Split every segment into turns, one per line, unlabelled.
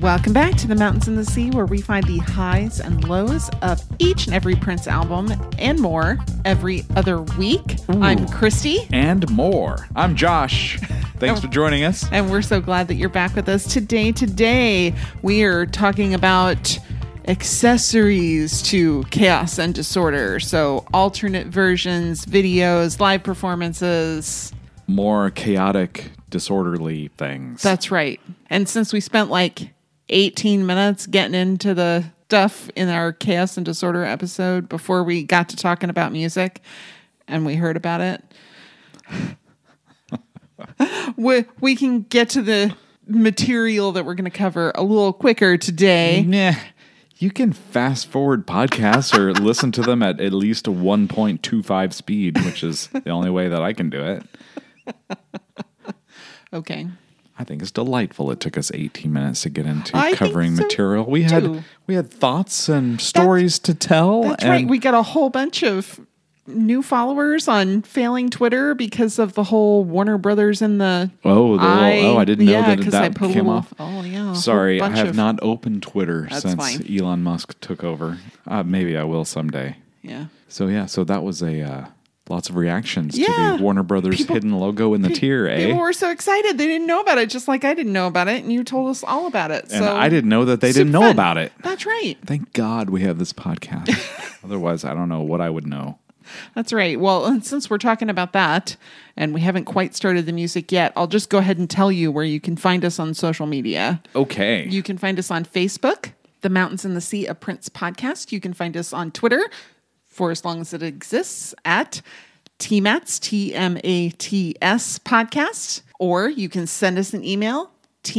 Welcome back to the Mountains and the Sea, where we find the highs and lows of each and every Prince album and more every other week. I'm Christy,
and more. I'm Josh. Thanks for joining us.
and we're so glad that you're back with us today. Today, we are talking about accessories to chaos and disorder. So, alternate versions, videos, live performances.
More chaotic, disorderly things.
That's right. And since we spent like 18 minutes getting into the stuff in our chaos and disorder episode before we got to talking about music and we heard about it, we, we can get to the material that we're going to cover a little quicker today.
nah. You can fast forward podcasts or listen to them at at least 1.25 speed, which is the only way that I can do it.
Okay.
I think it's delightful. It took us 18 minutes to get into
I think
covering
so,
material. We had
too.
we had thoughts and stories to tell.
That's
and
right. We got a whole bunch of new followers on failing Twitter because of the whole Warner Brothers and the
Oh, the
I-
little, oh, I didn't know
yeah,
that
'cause
that
I put a
came
little-
off.
oh, yeah, a whole
Sorry, I
bunch
have
of-
not opened Twitter
That's
since
fine.
Elon Musk took over. Uh, maybe I will someday.
yeah.
So yeah, so that was a uh, lots of reactions
Yeah.
to the Warner Brothers
People-
hidden logo in the tier, eh?
People were so excited. They didn't know about it, just like I didn't know about it. And you told us all about it. So
and I didn't know that they
Super
didn't know
fun.
about it.
That's right.
Thank God we have this podcast. Otherwise, I don't know what I would know.
That's right. Well, and since we're talking about that and we haven't quite started the music yet, I'll just go ahead and tell you where you can find us on social media.
Okay.
You can find us on Facebook, The Mountains and the Sea, a Prince podcast. You can find us on Twitter for as long as it exists at TMATS, T M A T S podcast. Or you can send us an email,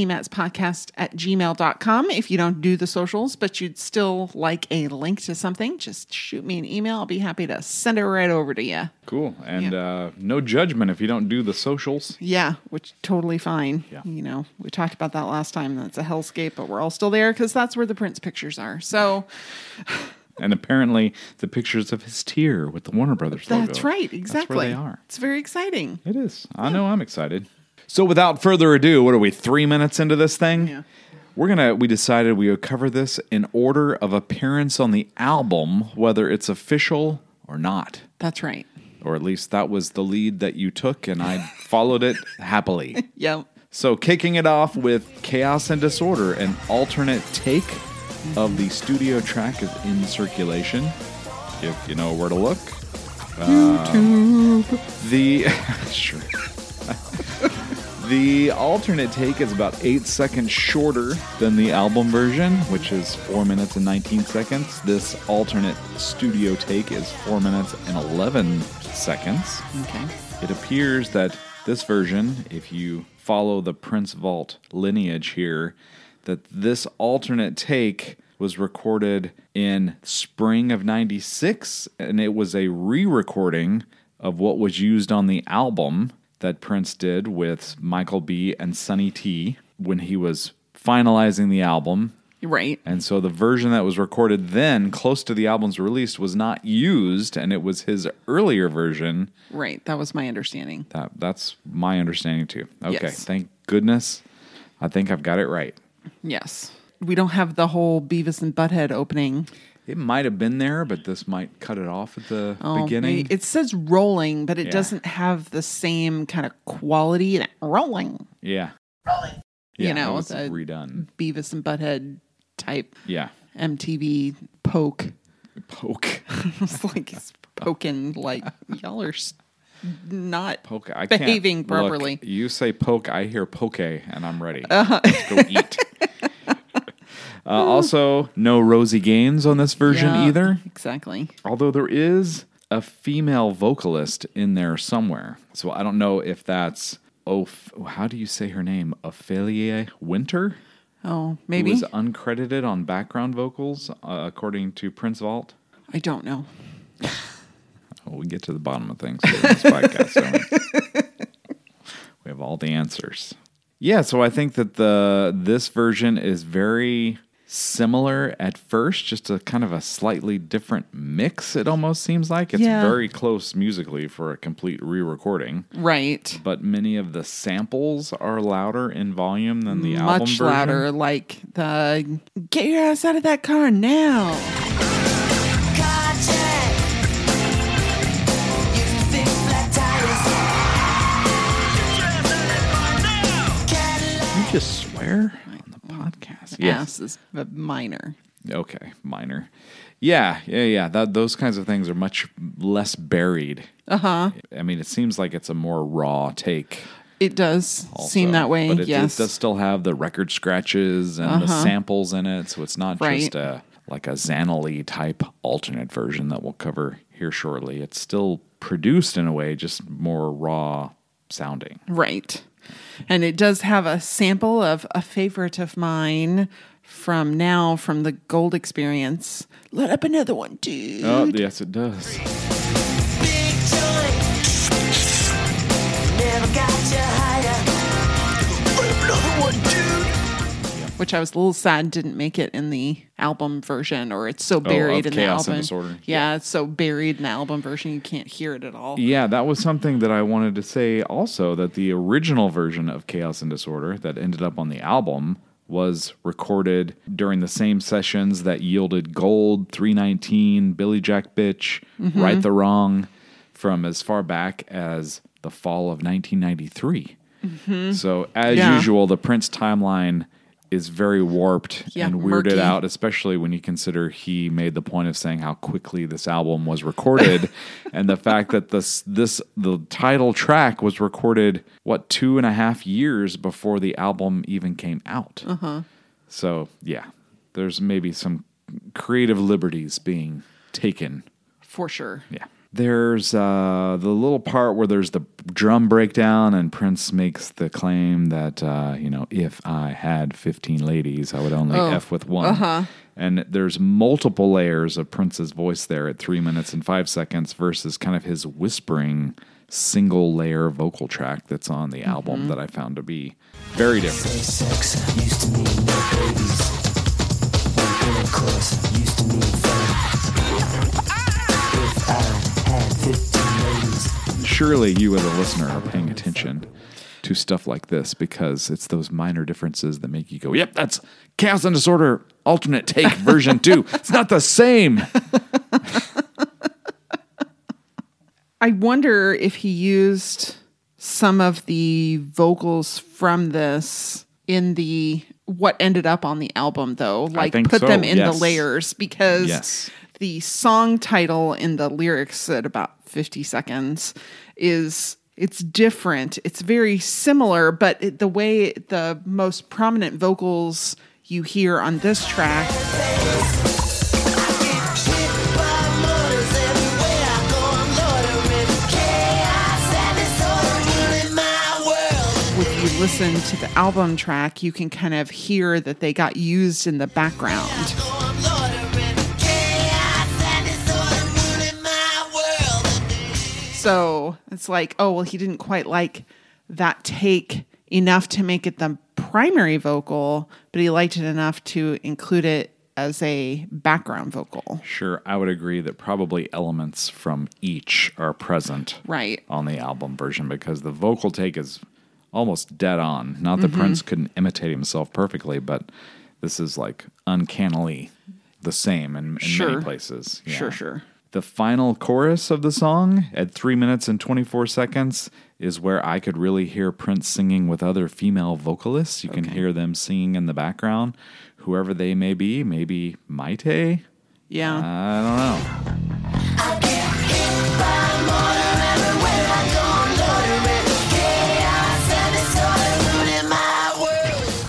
tmatspodcast at gmail.com. If you don't do the socials, but you'd still like a link to something, just shoot me an email. I'll be happy to send it right over to you.
cool. And uh, no judgment if you don't do the socials.
Yeah, which totally fine.
Yeah.
You know, we talked about that last time. That's a hellscape, but we're all still there because that's where the Prince pictures are. So
And apparently, the pictures of his tier with the Warner Brothers logo.
that's right. Exactly.
That's where they are.
It's very exciting.
It is. I know I'm excited. So without further ado, what are we, three minutes into this thing?
Yeah.
We're gonna we decided we would cover this in order of appearance on the album, whether it's official or not.
That's right.
Or at least that was the lead that you took and I followed it happily.
Yep.
So kicking it off with Chaos and Disorder, an alternate take of the studio track of In Circulation. If you know where to look. YouTube. The sure. the alternate take is about eight seconds shorter than the album version, which is four minutes and 19 seconds. This alternate studio take is four minutes and 11 seconds.
Okay.
It appears that this version, if you follow the Prince Vault lineage here, that this alternate take was recorded in spring of 96 and it was a re-recording of what was used on the album that Prince did with Michael B and Sonny T when he was finalizing the album
You're right.
and so the version that was recorded then close to the album's release was not used and it was his earlier version
Right. That was my understanding.
that that's my understanding too. Okay,
Yes.
thank goodness. I think I've got it right.
Yes. We don't have the whole Beavis and Butthead opening.
It might have been there, but this might cut it off at the
Oh,
beginning.
may- It says rolling, but it
Yeah.
doesn't have the same kind of quality. that Rolling
yeah.
You
Yeah,
know,
that was
the-
redone.
Beavis and Butthead type
Yeah,
MTV poke.
poke,
It's like it's poking. Like y'all are s- not
poke. I can't-
behaving
look,
properly. Uh-huh.
you say poke, I hear poke, and I'm ready. Let's go eat. Uh, also, no Rosie Gaines on this version
Yeah,
either.
Exactly.
Although there is a female vocalist in there somewhere. So I don't know if that's oh how do you say her name? Ophelia Winter?
Oh,
Who
maybe
is uncredited on background vocals uh, according to Prince Vault.
I don't know.
Oh, we get to the bottom of things here in this podcast. don't we? we have all the answers. Yeah, so I think that the this version is very similar at first, just a kind of a slightly different mix, it almost seems like. It's
Yeah.
very close musically for a complete re recording.
Right.
But many of the samples are louder in volume than the album
Much
version.
louder, like the get your ass out of that car now.
You just swear on the podcast.
Ass is a minor.
Okay, minor. Yeah, yeah, yeah. That those kinds of things are much less buried. Uh
Uh-huh.
huh. I mean, it seems like it's a more raw take.
It does
also,
seem that way.
but it,
yes. Uh-huh.
it does still have the record scratches and the samples in it, so it's not
Right.
just a like a Xanali type alternate version that we'll cover here shortly. It's still produced in a way, just more raw sounding.
Right. And it does have a sample of a favorite of mine from now from the Gold Experience. Let up another one, dude.
Oh, yes, it does.
Which I was a little sad didn't make it in the album version, or it's so buried
Oh, of
in
Chaos
the
and
album.
Disorder.
Yeah, it's so buried in the album version you can't hear it at all.
Yeah, that was something that I wanted to say also that the original version of Chaos and Disorder that ended up on the album was recorded during the same sessions that yielded Gold, 319, Billy Jack Bitch, Right the Wrong from as far back as the fall of 1993. So, as
Yeah.
usual, the Prince timeline is very warped
Yeah,
and weirded
murky.
out, especially when you consider he made the point of saying how quickly this album was recorded, and the fact that this this the title track was recorded what two and a half years before the album even came out.
Uh-huh.
So yeah, there's maybe some creative liberties being taken
For sure.
yeah. There's uh, the little part where there's the drum breakdown, and Prince makes the claim that, uh, you know, if I had 15 ladies, I would only F with one. Uh-huh. And there's multiple layers of Prince's voice there at three minutes and five seconds versus kind of his whispering single layer vocal track that's on the album that I found to be very different. surely you as a listener are paying attention to stuff like this because it's those minor differences that make you go, yep, that's Chaos and Disorder alternate take version two. It's not the same.
I wonder if he used some of the vocals from this in the what ended up on the album though like
think
put
so,
them in
yes.
the layers because
Yes.
the song title in the lyrics at about 50 seconds is it's different it's very similar but it, the way the most prominent vocals you hear on this track if you listen to the album track you can kind of hear that they got used in the background So it's like, oh, well, he didn't quite like that take enough to make it the primary vocal, but he liked it enough to include it as a background vocal.
Sure, I would agree that probably elements from each are present
Right.
on the album version because the vocal take is almost dead on. Not
Mm-hmm.
that Prince couldn't imitate himself perfectly, but this is like uncannily the same in, in
Sure.
many places.
Sure,
Yeah.
sure.
The final chorus of the song at three minutes and 24 seconds is where I could really hear Prince singing with other female vocalists. You can hear them singing in the background, whoever they may be, maybe Maite.
Yeah.
I don't know.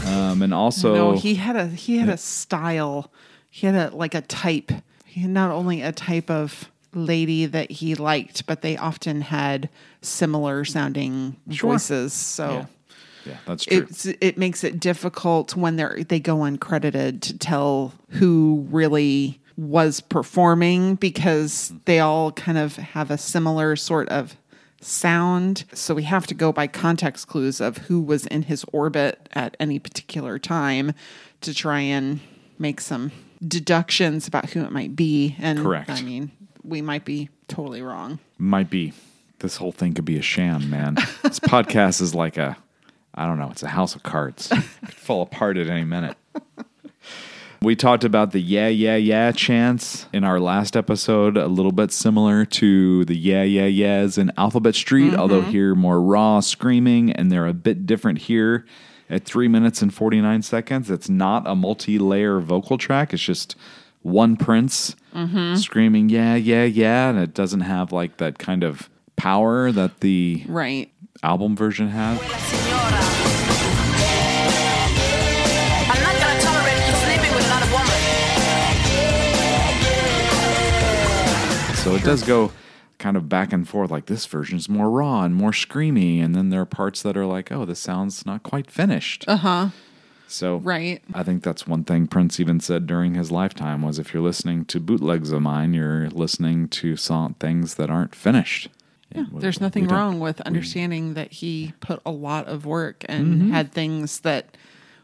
Um, and also,
no, he had a he had a style. He had a like a type. He had not only a type of lady that he liked, but they often had similar sounding
Sure.
voices. So
yeah. yeah, that's true.
it's it makes it difficult when they they go uncredited to tell who really was performing because
Mm-hmm.
they all kind of have a similar sort of sound so we have to go by context clues of who was in his orbit at any particular time to try and make some deductions about who it might be. And
Correct.
I mean, we might be totally wrong.
Might be. This whole thing could be a sham, man. this podcast is like a, I don't know, it's a house of cards. It could fall apart at any minute. We talked about the yeah, yeah, yeah chants in our last episode, a little bit similar to the yeah, yeah, yeahs in Alphabet Street, although here more raw screaming, and they're a bit different here. At three minutes and 49 seconds, it's not a multi layer vocal track. It's just one prince screaming, yeah, yeah, yeah. And it doesn't have like that kind of power that the
Right.
album version has.
Quella signora. I'm not gonna tolerate you sleeping with another woman.
So it does go kind of back and forth. Like this version's more raw and more screamy, and then there are parts that are like, oh, this sounds not quite finished. Uh huh. So
Uh-huh. Right.
I think that's one thing Prince even said during his lifetime was if you're listening to bootlegs of mine, you're listening to song things that aren't finished. And we-
There's
we
nothing
don't-
wrong with understanding that he put a lot of work and
Mm-hmm.
had things that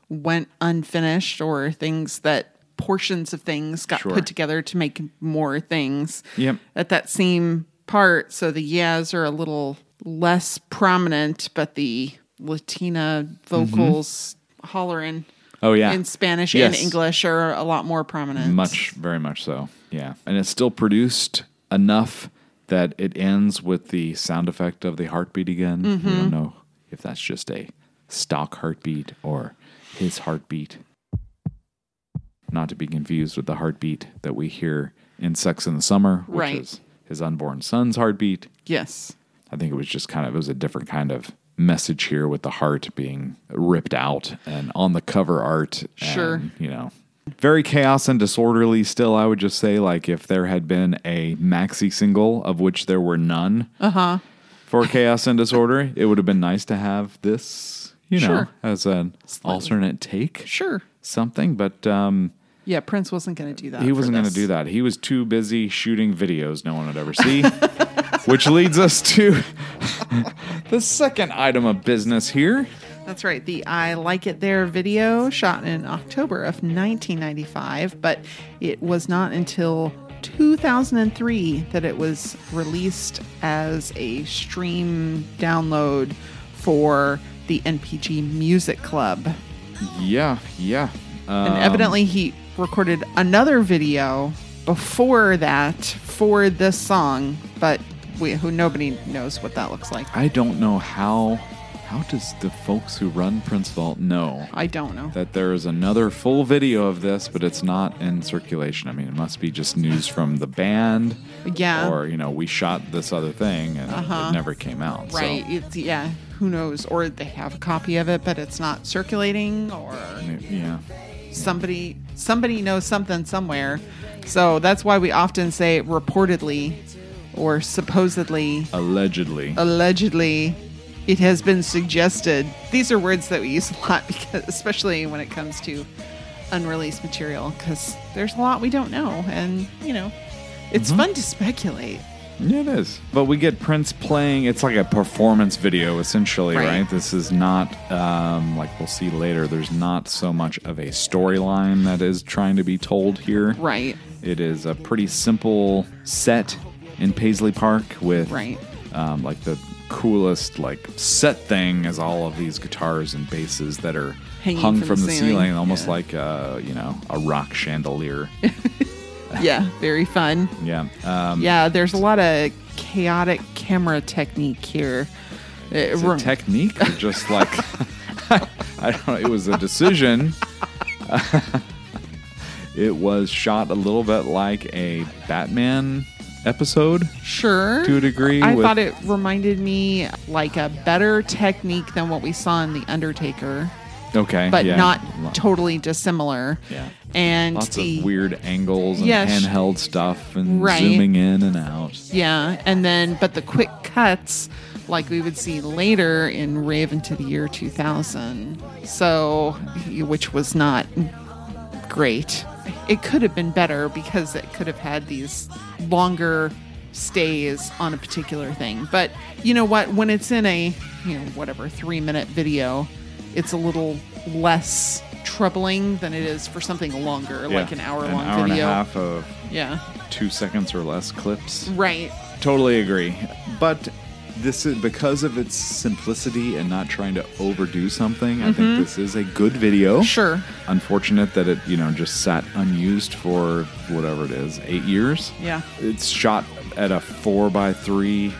went unfinished or things that portions of things got
Sure.
put together to make more things
Yep.
at that same part. So the yeahs are a little less prominent, but the Latina vocals hollering
Oh Mm-hmm. yeah.
in Spanish
Yes.
and English are a lot more prominent.
Much, very much so. Yeah. And it's still produced enough that it ends with the sound effect of the heartbeat again. We don't know if that's just a stock heartbeat or his heartbeat. Not to be confused with the heartbeat that we hear in Sex in the Summer, which
Right.
is his unborn son's heartbeat.
Yes.
I think it was just kind of it was a different kind of message here with the heart being ripped out and on the cover art. and,
Sure.
you know, very chaos and disorderly. Still, I would just say like if there had been a maxi single of which there were none. Uh huh.
Uh-huh.
For chaos and disorder, it would have been nice to have this, you know,
Sure.
as an alternate take,
Sure.
something. But um,
Yeah, Prince wasn't going to do that.
he wasn't
going
going to do that. He was too busy shooting videos no one would ever see, which leads us to the second item of business here.
That's right. The I Like It There video shot in October of 1995, but it was not until 2003 that it was released as a stream download for the NPG Music Club.
Yeah, yeah. Uh,
And evidently, he recorded another video before that for this song, but we, who nobody knows what that looks like.
I don't know how. How does the folks who run Prince Vault know
I don't know.
that there is another full video of this, but it's not in circulation? I mean, it must be just news from the band.
Yeah. Uh-huh.
Or you know, we shot this other thing and it never came out. so-
Right. It's yeah. Who knows? Or they have a copy of it, but it's not circulating, or
yeah.
somebody somebody knows something somewhere. So that's why we often say reportedly, or supposedly,
Allegedly.
allegedly. It has been suggested. These are words that we use a lot, because, especially when it comes to unreleased material, because there's a lot we don't know, and you know, it's fun to speculate.
Yeah, it is. But we get Prince playing. It's like a performance video, essentially, right?
Right.
This is not, um, like we'll see later, there's not so much of a storyline that is trying to be told here.
Right.
It is a pretty simple set in Paisley Park with,
Right.
um, like, the coolest, like, set thing is all of these guitars and basses that are
Hanging
hung
from
from
the
the,
ceiling.
ceiling, almost
Yeah.
like, uh, you know, a rock chandelier.
Yeah. Very fun.
yeah. Um,
Yeah, there's a lot of chaotic camera technique here. It
Is
rem-
it technique or just like I don't know, it was a decision. it was shot a little bit like a Batman episode.
sure.
to a degree
I
with-
thought it reminded me like a better technique than what we saw in The Undertaker,
Okay.
but
yeah.
not
Lo-
totally dissimilar.
Yeah.
And
Lots
the
of weird angles and
Yeah, sh-
handheld stuff and
Right.
zooming in and out.
Yeah, and then but the quick cuts like we would see later in Raven to the Year 2000. So, which was not great. It could have been better because it could have had these longer stays on a particular thing. But you know what? When it's in a, you know, whatever three minute video, it's a little less troubling than it is for something longer,
Yeah.
like an hour
An
long
hour
video.
and a half of
Yeah.
two seconds or less clips.
Right.
Totally agree. But this is because of its simplicity and not trying to overdo something. I think this is a good video.
Mm-hmm. Sure.
Unfortunate that it, you know, just sat unused for whatever it is, eight years.
Yeah.
It's shot at a four by three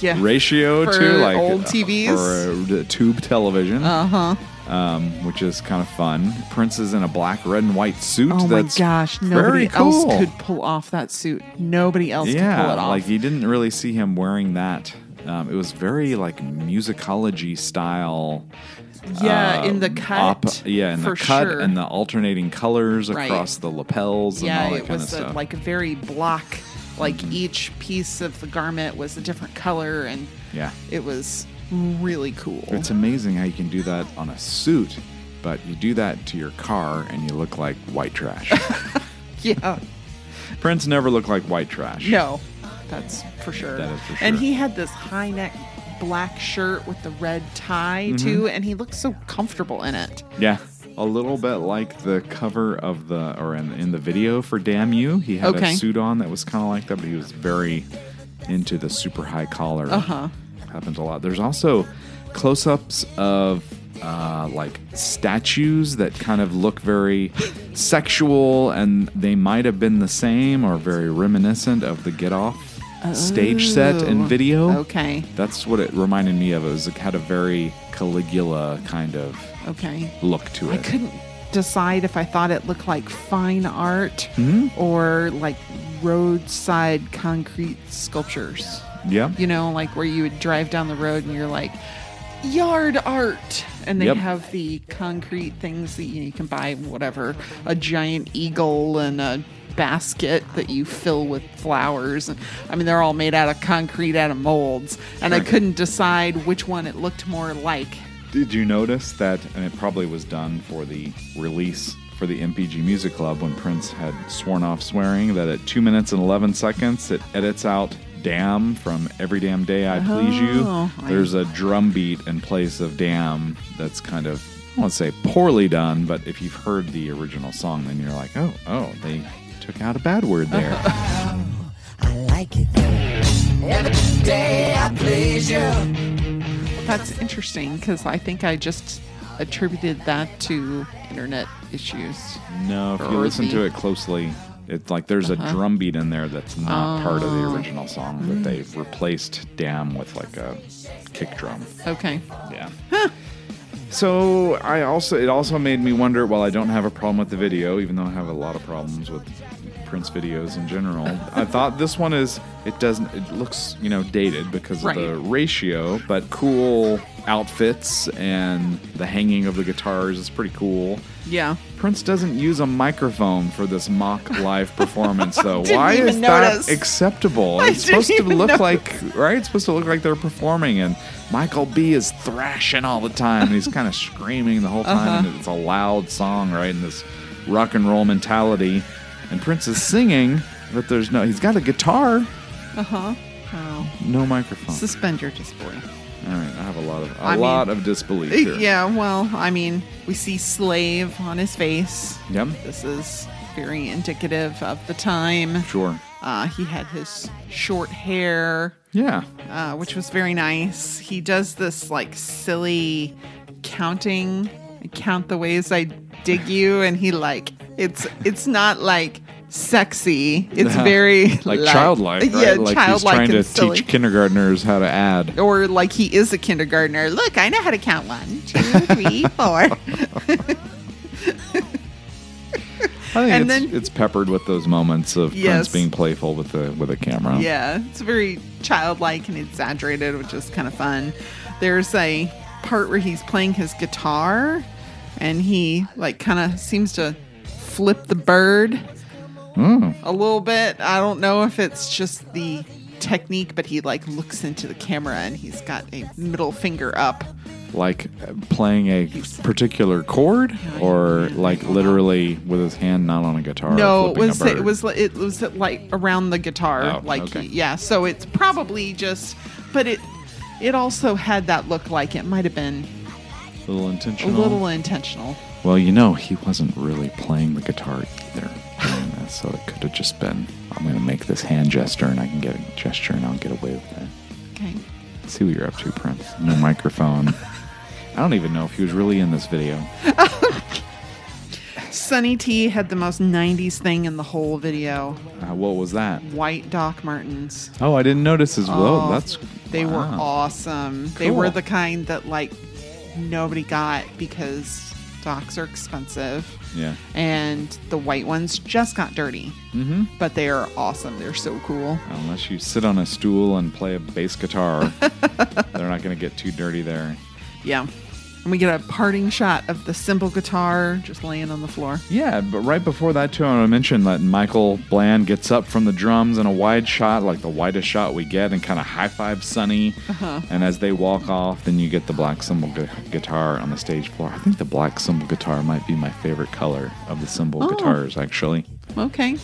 Yeah.
ratio
For
to like
old Uh-huh.
uh,
TVs?
for uh, tube television. Uh huh. Um, which is kind of fun. Prince is in a black, red, and white suit.
Oh my
that's
gosh.
very
Nobody else
cool.
could pull off that suit. Nobody else
yeah,
could pull it off.
like you didn't really see him wearing that. Um, it was very like musicology style.
yeah,
uh,
in the cut.
op- yeah, in the
for
cut
sure.
and the alternating colors
Right.
across the lapels and all
yeah,
that
it
kind of
was a,
stuff. Mm-hmm.
like a very block. Like each piece of the garment was a different color, and
yeah,
it was really cool.
it's amazing how you can do that on a suit, but you do that to your car and you look like white trash.
yeah.
Prince never looked like white trash.
No, that's for sure.
That is for
And
sure.
he had this high neck black shirt with the red tie
Mm-hmm.
too, and he looked so comfortable in it.
Yeah. A little bit like the cover of the, or in, in the video for Damn You, he had
Okay.
a suit on that was kind of like that, but he was very into the super high collar. Uh
Uh-huh.
huh. Happens a lot. There's also close ups of uh, like statues that kind of look very sexual and they might have been the same or very reminiscent of the Get Off stage set and
Oh,
video.
Okay.
That's what it reminded me of. It was it had a very Caligula kind of
Okay.
look to
I
it.
couldn't decide if I thought it looked like fine art
Hmm?
or like roadside concrete sculptures.
yeah.
You know, like where you would drive down the road and you're like, yard art. And they
Yep.
have the concrete things that you, you can buy, whatever, a giant eagle and a basket that you fill with flowers. And, I mean, they're all made out of concrete, out of molds. And I
Sure.
couldn't decide which one it looked more like.
Did you notice that? And it probably was done for the release for the MPG Music Club when Prince had sworn off swearing that at two minutes and eleven seconds it edits out "damn" from "Every Damn Day I Please
Oh,
You."
I-
There's a drum beat in place of "damn" that's kind of I won't say poorly done, but if you've heard the original song, then you're like, oh, oh, they took out a bad word there.
I like it though. Every day I please you.
That's interesting because I think I just attributed that to internet issues.
No, if you
Or
listen
the-
to it closely, it's like there's a drum beat in there that's not part of the original song, but they've replaced "damn" with like a kick drum.
Okay.
Yeah. So I also it also made me wonder. Well, I don't have a problem with the video, even though I have a lot of problems with Prince videos in general. I thought this one is it doesn't it looks you know dated because of the
Right.
ratio, but cool outfits and the hanging of the guitars is pretty cool.
Yeah.
Prince doesn't use a microphone for this mock live performance, though.
Didn't
Why
even
is
notice.
that acceptable?
I
it's supposed
didn't
to
even
look
notice.
like right. It's supposed to look like they're performing, and Michael B is thrashing all the time, and he's kind of screaming the whole time.
Uh-huh.
And it's a loud song, right? And this rock and roll mentality, and Prince is singing, but there's no. He's got a guitar,
Oh.
no microphone.
Suspend your disbelief.
all right, I have a lot of a
I mean-
lot of disbelief here.
Yeah, well, I mean, we see slave on his face.
Yep.
This is very indicative of the time.
Sure.
Uh, he had his short hair,
Yeah.
uh, which was very nice. He does this like silly counting, I count the ways I dig you, and he like it's it's not like sexy. It's very
like, childlike, right?
yeah,
like
childlike
he's trying
and
to
silly.
teach kindergartners how to add.
or like he is a kindergartner. Look, I know how to count one, two, three, four.
I think
And
it's,
then-
it's peppered with those moments of Prince
Yes.
being playful with the with a camera.
Yeah, it's very childlike and exaggerated, which is kind of fun. There's a part where he's playing his guitar and he like kind of seems to flip the bird
Hmm.
a little bit. I don't know if it's just the technique, but he like looks into the camera and he's got a middle finger up.
like uh, playing a particular chord, or like literally with his hand not on a guitar.
No, it
flipping a
was it
bird.
was li- it was uh, like around the guitar,
Oh,
like
okay.
yeah. So it's probably just, but it it also had that look like it might have been
a little
a
intentional.
little intentional.
Well, you know, he wasn't really playing the guitar either. during this, So it could have just been, I'm going to make this hand gesture and I can get a gesture and I'll get away with it.
Okay.
See what you're up to, Prince. No microphone. I don't even know if he was really in this video.
Sunny T had the most 90s thing in the whole video
Uh, what was that?
white Doc Martens. Oh,
Oh, I didn't notice as well. That's
They were
wow.
awesome. They
Cool.
were the kind that like nobody got because docs are expensive.
Yeah.
And the white ones just got dirty. Mm-hmm. But they are awesome. They're so cool.
Unless you sit on a stool and play a bass guitar, they're not going to get too dirty there.
Yeah. And we get a parting shot of the cymbal guitar just laying on the floor.
Yeah, but right before that, too, I want to mention that Michael Bland gets up from the drums in a wide shot, like the widest shot we get, and kind of high fives Sonny.
Uh-huh.
And as they walk off, then you get the black cymbal gu- guitar on the stage floor. I think the black cymbal guitar might be my favorite color of the cymbal
Oh.
guitars, actually.
Okay.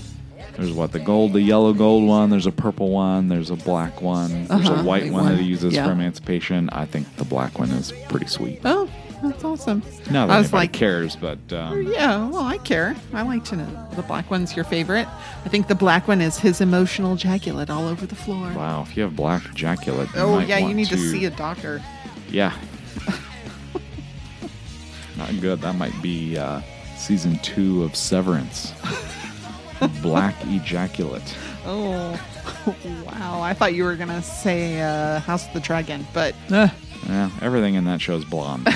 There's what the gold, the yellow gold one. There's a purple one. There's a black one. There's a
Uh-huh.
white
White
one,
one.
that he uses
Yeah.
for emancipation. I think the black one is pretty sweet.
Oh, that's awesome.
Not that
I
anybody cares, but um,
Yeah, well, I care. I like to know the black one's your favorite. I think the black one is his emotional jaculate all over the floor.
wow, if you have black jaculate, you
Oh
might
yeah, you
want
need to see a doctor.
Yeah. Not good. That might be uh, season two of Severance. Black ejaculate.
Oh, wow! I thought you were gonna say uh, House of the Dragon, but
Yeah, everything in that show is blonde.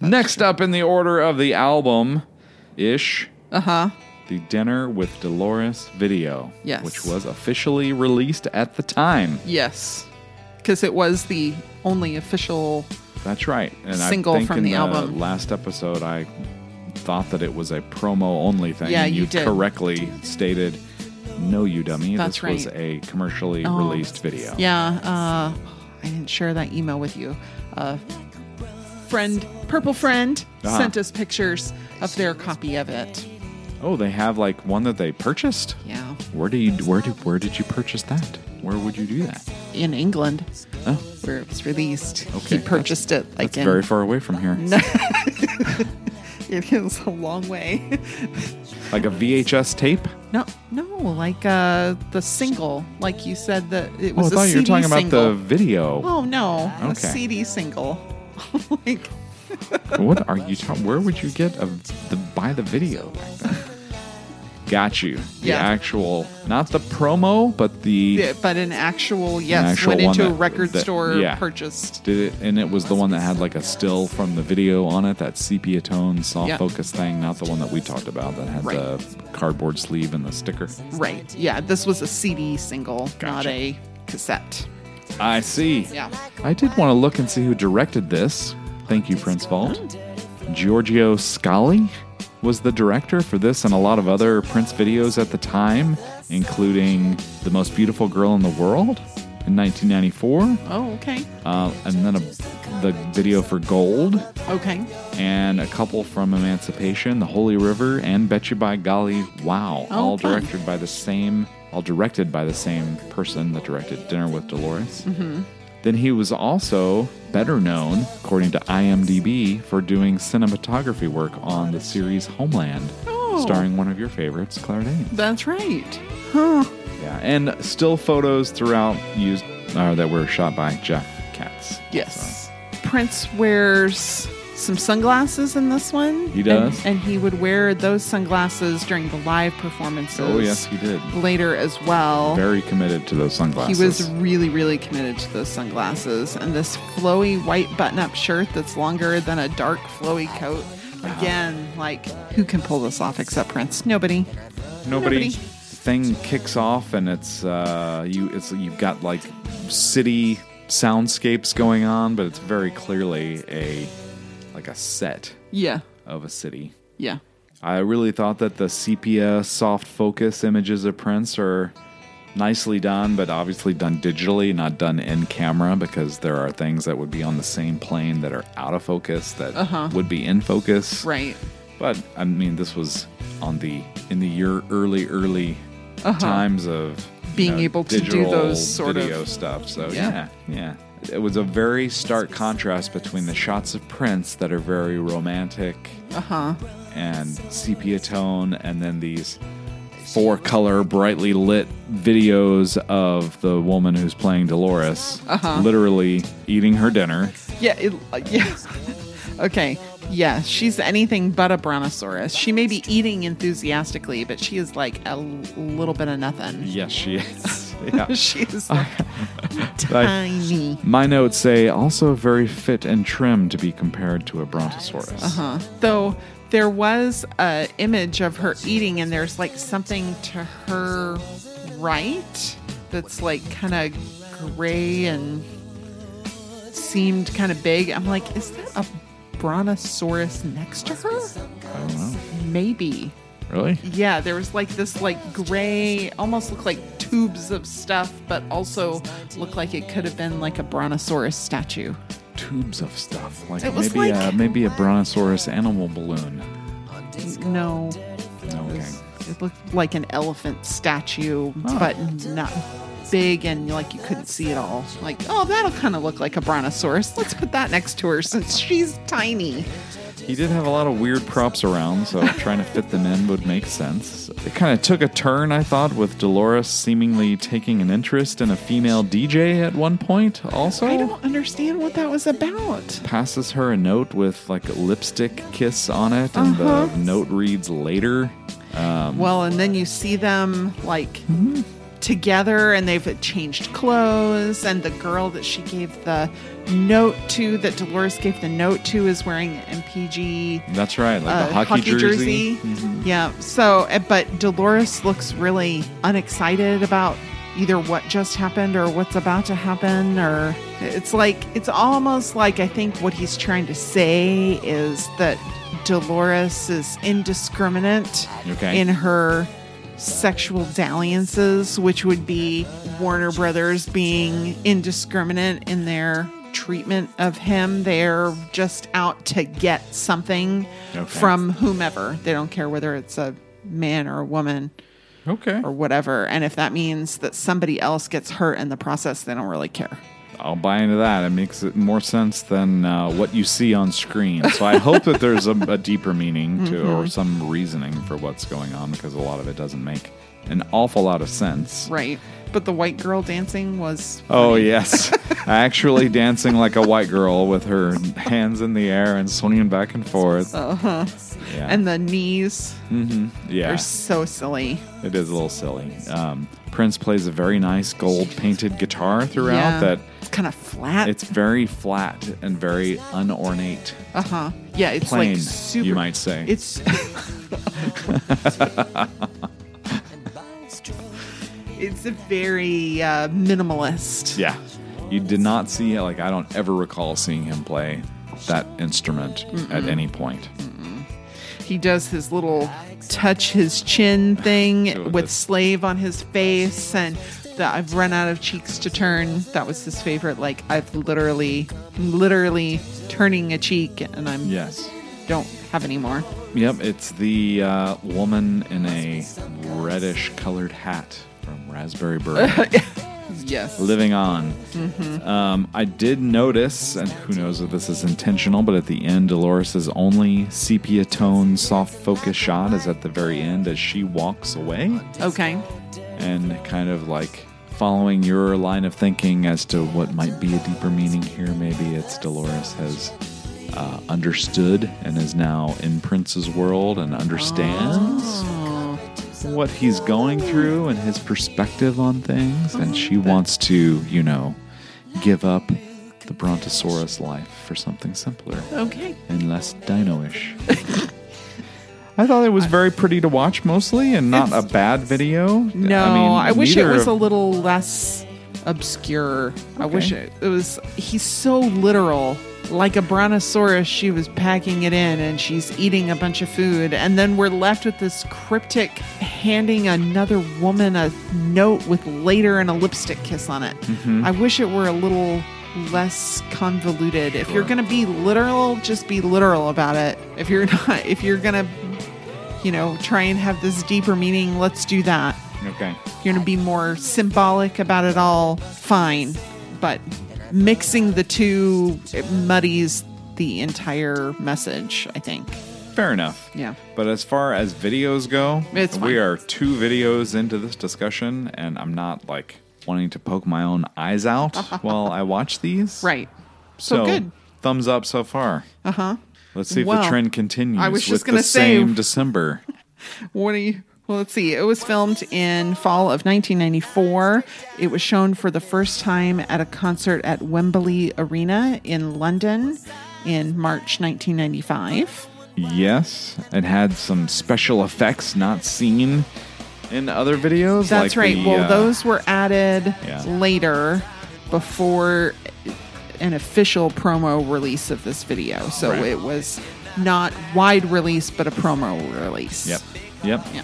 Next up in the order of the album ish. Uh huh.
Uh-huh.
The Dinner with Dolores video.
Yes.
Which was officially released at the time.
yes, because it was the only official.
That's right. And
Single
I think
from
in
the album.
Last episode, I thought that it was a promo only thing.
Yeah,
and
you
you've
did.
correctly stated, no, you dummy.
That's
this was
right. Oh,
a commercially released video.
Yeah, uh, I didn't share that email with you. Uh, friend, purple friend,
Uh-huh.
sent us pictures of their copy of it.
Oh, they have like one that they purchased.
Yeah,
Where do you where do where did you purchase that? Where would you do that?
in England,
Oh,
where it was released.
Okay,
he purchased it like
that's
in
very far away from here.
It is a long way.
Like a VHS tape.
No, no, like uh, the single, like you said that it
Oh, I
was. a
thought you
CD
were talking about
single.
the video.
Oh no, a
Okay.
CD single. like
what are you talking? Where would you get a, the buy the video back then? Got you. The
Yeah.
actual, not the promo, but the
yeah, but an actual yes
actual
went
one
into a
that-
record
that-
store
yeah.
purchased.
did it, and it was the one that had like a still from the video on it, that sepia tone soft
Yeah.
focus thing, not the one that we talked about that had
Right.
the cardboard sleeve and the sticker.
Right. Yeah, this was a CD single, not
Gotcha.
a cassette.
I see.
Yeah.
I did want to look and see who directed this. Thank you, Prince Vault. Giorgio Scali was the director for this and a lot of other Prince videos at the time, including The Most Beautiful Girl in the World in 1994,
Oh, okay.
uh, and then a, the video for Gold,
Okay.
and a couple from Emancipation, The Holy River, and Bet You By Golly Wow,
Oh,
all
fun.
directed by the same, all directed by the same person that directed Dinner with Dolores.
Mm-hmm.
Then he was also better known, according to IMDb, for doing cinematography work on the series Homeland,
Oh.
starring one of your favorites, Claire Danes.
That's right.
Yeah, and still photos throughout used uh, that were shot by Jeff Katz.
Yes. Prince wears some sunglasses in this one.
He does.
And, and he would wear those sunglasses during the live performances.
Oh, yes, he did.
Later as well.
Very committed to those
he
sunglasses.
was really, really committed to those sunglasses and this flowy white button up shirt that's longer than a dark flowy coat. Again, like, who can pull this off except Prince? Nobody.
nobody,
Nobody.
thing kicks off and it's uh you it's you've got like city soundscapes going on but it's very clearly a like a set
Yeah.
of a city
Yeah.
i really thought that the sepia soft focus images of prince are nicely done but obviously done digitally not done in camera because there are things that would be on the same plane that are out of focus that would be in focus
Right.
but I mean, this was on the in the year early, early times of you
Uh-huh. Being
know,
able to do
digital
those sort of-
video stuff. So yeah,
Yeah.
yeah, it was a very stark contrast between the shots of Prince that are very romantic
Uh-huh.
and sepia tone, and then these four color, brightly lit videos of the woman who's playing Dolores
Uh-huh.
literally eating her dinner.
Yeah, it, uh, yeah. okay. Yeah, she's anything but a brontosaurus. She may be eating enthusiastically, but she is like a l- little bit of nothing.
Yes, she is. Yeah.
She is like
I-
tiny.
my notes say also very fit and trim to be compared to a brontosaurus.
Huh. Though there was a image of her eating, and there's like something to her right that's like kind of gray and seemed kind of big. I'm like, is there a brontosaurus next to her?
I don't know.
Maybe.
Really?
Yeah, there was like this like gray, almost looked like tubes of stuff, but also looked like it could have been like a brontosaurus statue.
Tubes of stuff. Like
It was
maybe a,
like-
maybe a brontosaurus animal balloon.
No,
No, okay.
it looked like an elephant statue, but not big and like you couldn't see it all. Like, oh, that'll kind of look like a brontosaurus. Let's put that next to her since she's tiny.
He did have a lot of weird props around, so trying to fit them in would make sense. It kind of took a turn, I thought, with Dolores seemingly taking an interest in a female DJ at one point, also.
I don't understand what that was about.
passes her a note with like a lipstick kiss on it, and
Uh-huh.
the note reads later.
Um, Well, and then you see them like together and they've changed clothes. And the girl that she gave the note to, that Dolores gave the note to, is wearing an MPG
That's right, like
uh,
the hockey, jersey. Mm-hmm.
Yeah. So, uh, but Dolores looks really unexcited about either what just happened or what's about to happen. Or it's like, it's almost like I think what he's trying to say is that Dolores is indiscriminate
Okay.
in her sexual dalliances, which would be Warner Brothers being indiscriminate in their treatment of him. They're just out to get something
Okay.
from whomever. They don't care whether it's a man or a woman
Okay.
or whatever. And if that means that somebody else gets hurt in the process, they don't really care.
I'll buy into that. It makes it more sense than uh, what you see on screen. So I hope that there's a, a deeper meaning to
Mm-hmm.
or some reasoning for what's going on because a lot of it doesn't make an awful lot of sense.
Right. But the white girl dancing was
Oh yes, actually dancing like a white girl with her hands in the air and swinging back and forth. Uh huh. Yeah.
Uh-huh. and the knees
yeah.
are so silly.
It is a little silly. Um, Prince plays a very nice gold painted guitar throughout
Yeah.
that
it's kind of flat.
it's very flat and very unornate.
Uh huh. Yeah, it's
Plain,
like super.
you might say.
It's. it's a very uh, minimalist.
yeah. You did not see it. Like, I don't ever recall seeing him play that instrument at any point.
He does his little touch his chin thing
Doing
with
this.
slave on his face and. The, I've run out of cheeks to turn. That was his favorite. Like I've literally, literally turning a cheek, and I'm
Yes.
don't have any more.
Yep. It's the uh, woman in a reddish colored hat from Raspberry Bird.
Yes.
living on. Um, I did notice, and who knows if this is intentional, but at the end, Dolores's only sepia tone, soft focus shot is at the very end as she walks away
Okay.
and kind of like following your line of thinking as to what might be a deeper meaning here. Maybe it's Dolores has. Uh, understood and is now in Prince's world and understands what he's going through and his perspective on things. And she wants to, you know, give up the Brontosaurus life for something simpler
Okay.
and less dino ish. I thought it was very pretty to watch mostly and not a bad video.
No, I, wish it
neither
was a
of-
little less obscure. I wish
Okay.
it, it was. He's so literal. Like a brontosaurus, she was packing it in and she's eating a bunch of food. And then we're left with this cryptic handing another woman a note with later and a lipstick kiss on it.
Mm-hmm.
I wish it were a little less convoluted. If you're going to be literal, just be literal about it. If you're not, if you're going to, you know, try and have this deeper meaning, let's do that
Okay.
you're going to be more symbolic about it all, fine. But mixing the two it muddies the entire message, I think.
Fair enough.
Yeah.
But as far as videos go,
It's fine.
we are two videos into this discussion, and I'm not like wanting to poke my own eyes out while I watch these.
Right.
So,
So good. Uh-huh.
thumbs up so far. Uh huh. Let's see if the
Well,
trend continues.
I was just
with
gonna
the
say-
same December.
What do you? Well, let's see. It was filmed in fall of 1994. It was shown for the first time at a concert at Wembley Arena in London in March 1995.
Yes, it had some special effects not seen in other videos.
That's
like
right.
the,
well,
uh,
those were added
Yeah.
later before an official promo release of this video. So
Right.
it was not wide release, but a promo release.
Yep. Yep.
Yeah.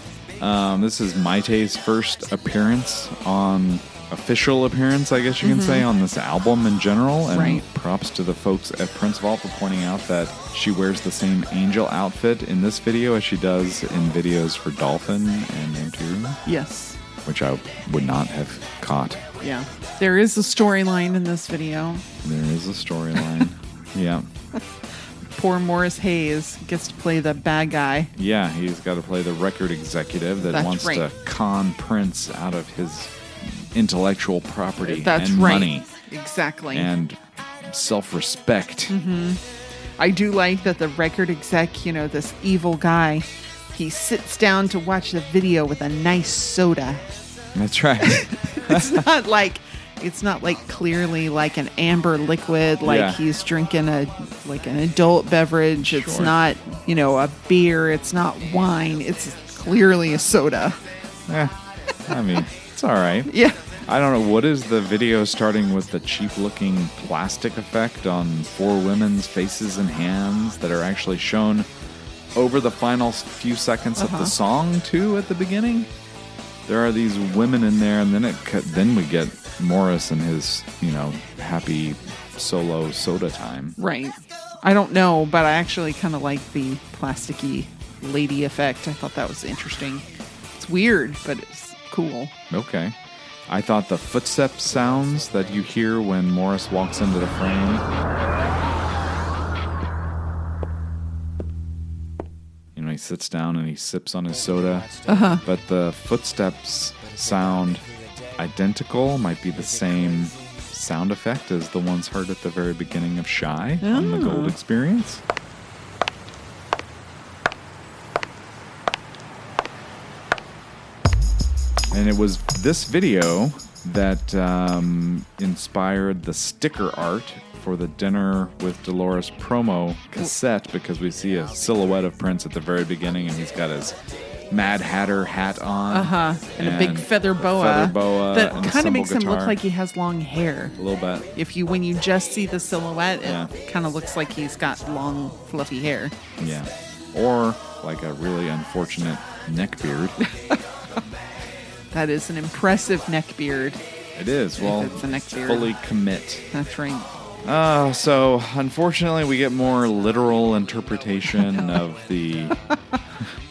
Um, this is Maite's first appearance on official appearance, I guess you can say, on this album in general. And
Mm-hmm. Right.
props to the folks at Prince Vault for pointing out that she wears the same angel outfit in this video as she does in videos for Dolphin and M2,
Yes.
which I would not have caught.
Yeah. There is a storyline in this video.
There is a storyline. yeah.
Poor Morris Hayes gets to play the bad guy.
Yeah, he's got to play the record executive that
That's
wants
right.
to con Prince out of his intellectual property
That's
and
right.
money.
Exactly.
and self respect.
Mm-hmm. I do like that the record exec, you know, this evil guy, he sits down to watch the video with a nice soda.
That's right.
It's not like it's not like clearly like an amber liquid like
Yeah.
he's drinking a like an adult beverage. It's
Sure.
not, you know, a beer, it's not wine. It's clearly a soda.
Eh, I mean, it's all right.
Yeah.
I don't know. What is the video starting with the cheap looking plastic effect on four women's faces and hands that are actually shown over the final few seconds of the song, too, at the beginning? There are these women in there, and then it cut, then we get Morris and his, you know, happy solo soda time.
Right. I don't know, but I actually kind of like the plasticky lady effect. I thought that was interesting. It's weird, but it's cool.
Okay. I thought the footstep sounds that you hear when Morris walks into the frame. You know, he sits down and he sips on his soda. Uh-huh. But the footsteps sound identical, might be the same sound effect as the ones heard at the very beginning of Shy on the Gold Experience. And it was this video that um, inspired the sticker art for the Dinner with Dolores promo cassette because we see a silhouette of Prince at the very beginning and he's got his Mad Hatter hat on. Uh
Huh. Uh-huh. And, a big feather boa.
Feather boa.
that
and a
kind
cymbal
of makes him look
guitar.
like he has long hair.
A little bit.
If you when you just see the silhouette, it
Yeah.
kind of looks like he's got long fluffy hair.
Yeah. Or like a really unfortunate neck beard.
That is an impressive neck beard.
It is. Well,
it's a neck beard.
fully commit.
That's right.
Uh, so unfortunately, we get more literal interpretation of the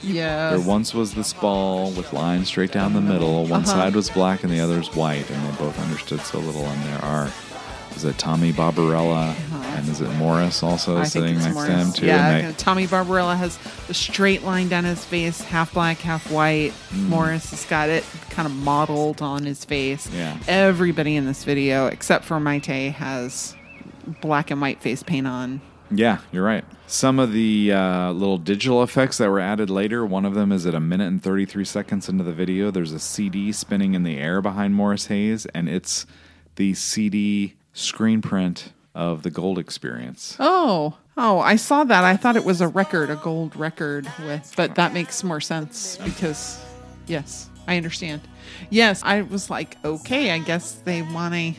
Yeah.
There once was this ball with lines straight down the middle.
Uh-huh.
One side was black and the other was white, and they both understood so little. And there are, is it Tommy Barbarella and is it Morris also
Uh-huh. I think
sitting
it's
next
more.
to him too?
Yeah,
and
uh, Tommy Barbarella has a straight line down his face, half black, half white.
Mm.
Morris has got it kind of modeled on his face.
Yeah.
Everybody in this video, except for Maite, has black and white face paint on.
Yeah, you're right. Some of the uh, little digital effects that were added later, one of them is at a minute and 33 seconds into the video, there's a CD spinning in the air behind Morris Hayes, and it's the CD screen print of the Gold Experience.
Oh, oh, I saw that. I thought it was a record, a gold record with, but that makes more sense because, yes, I understand. Yes, I was like, okay, I guess they want a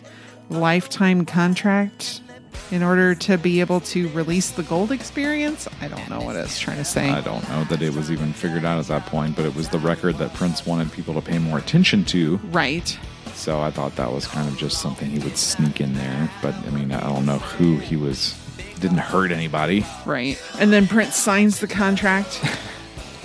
lifetime contract in order to be able to release the gold experience. I don't know what it's trying to say.
I don't know that it was even figured out at that point, but it was the record that Prince wanted people to pay more attention to.
Right.
So I thought that was kind of just something he would sneak in there. But I mean, I don't know who he was. Didn't hurt anybody.
Right. And then Prince signs the contract.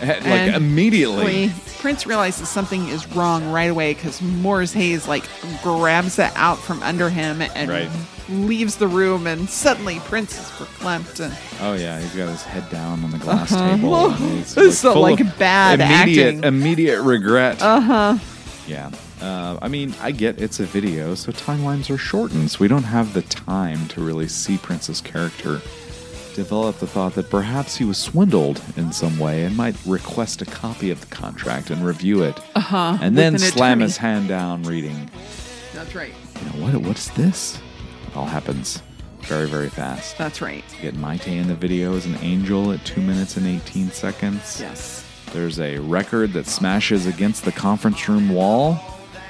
Like
And-
immediately.
Prince realizes something is wrong right away because Morris Hayes like grabs it out from under him and
Right.
leaves the room, and suddenly Prince is verklempt and
Oh yeah, he's got his head down on the glass table.
Uh-huh. Whoa.
and he's,
This is so,
full
like,
of
bad
immediate,
acting. Uh-huh.
Immediate regret. Uh huh. Yeah. Uh, I mean, I get it's a video, so timelines are shortened, so we don't have the time to really see Prince's character develop the thought that perhaps he was swindled in some way and might request a copy of the contract and review it, uh-huh, and then
an
slam
attorney.
his hand down, reading
that's right,
you know, what what's this? It all happens very, very fast.
that's right,
Get Maite in the video as an angel at two minutes and eighteen seconds.
yes,
There's a record that smashes against the conference room wall.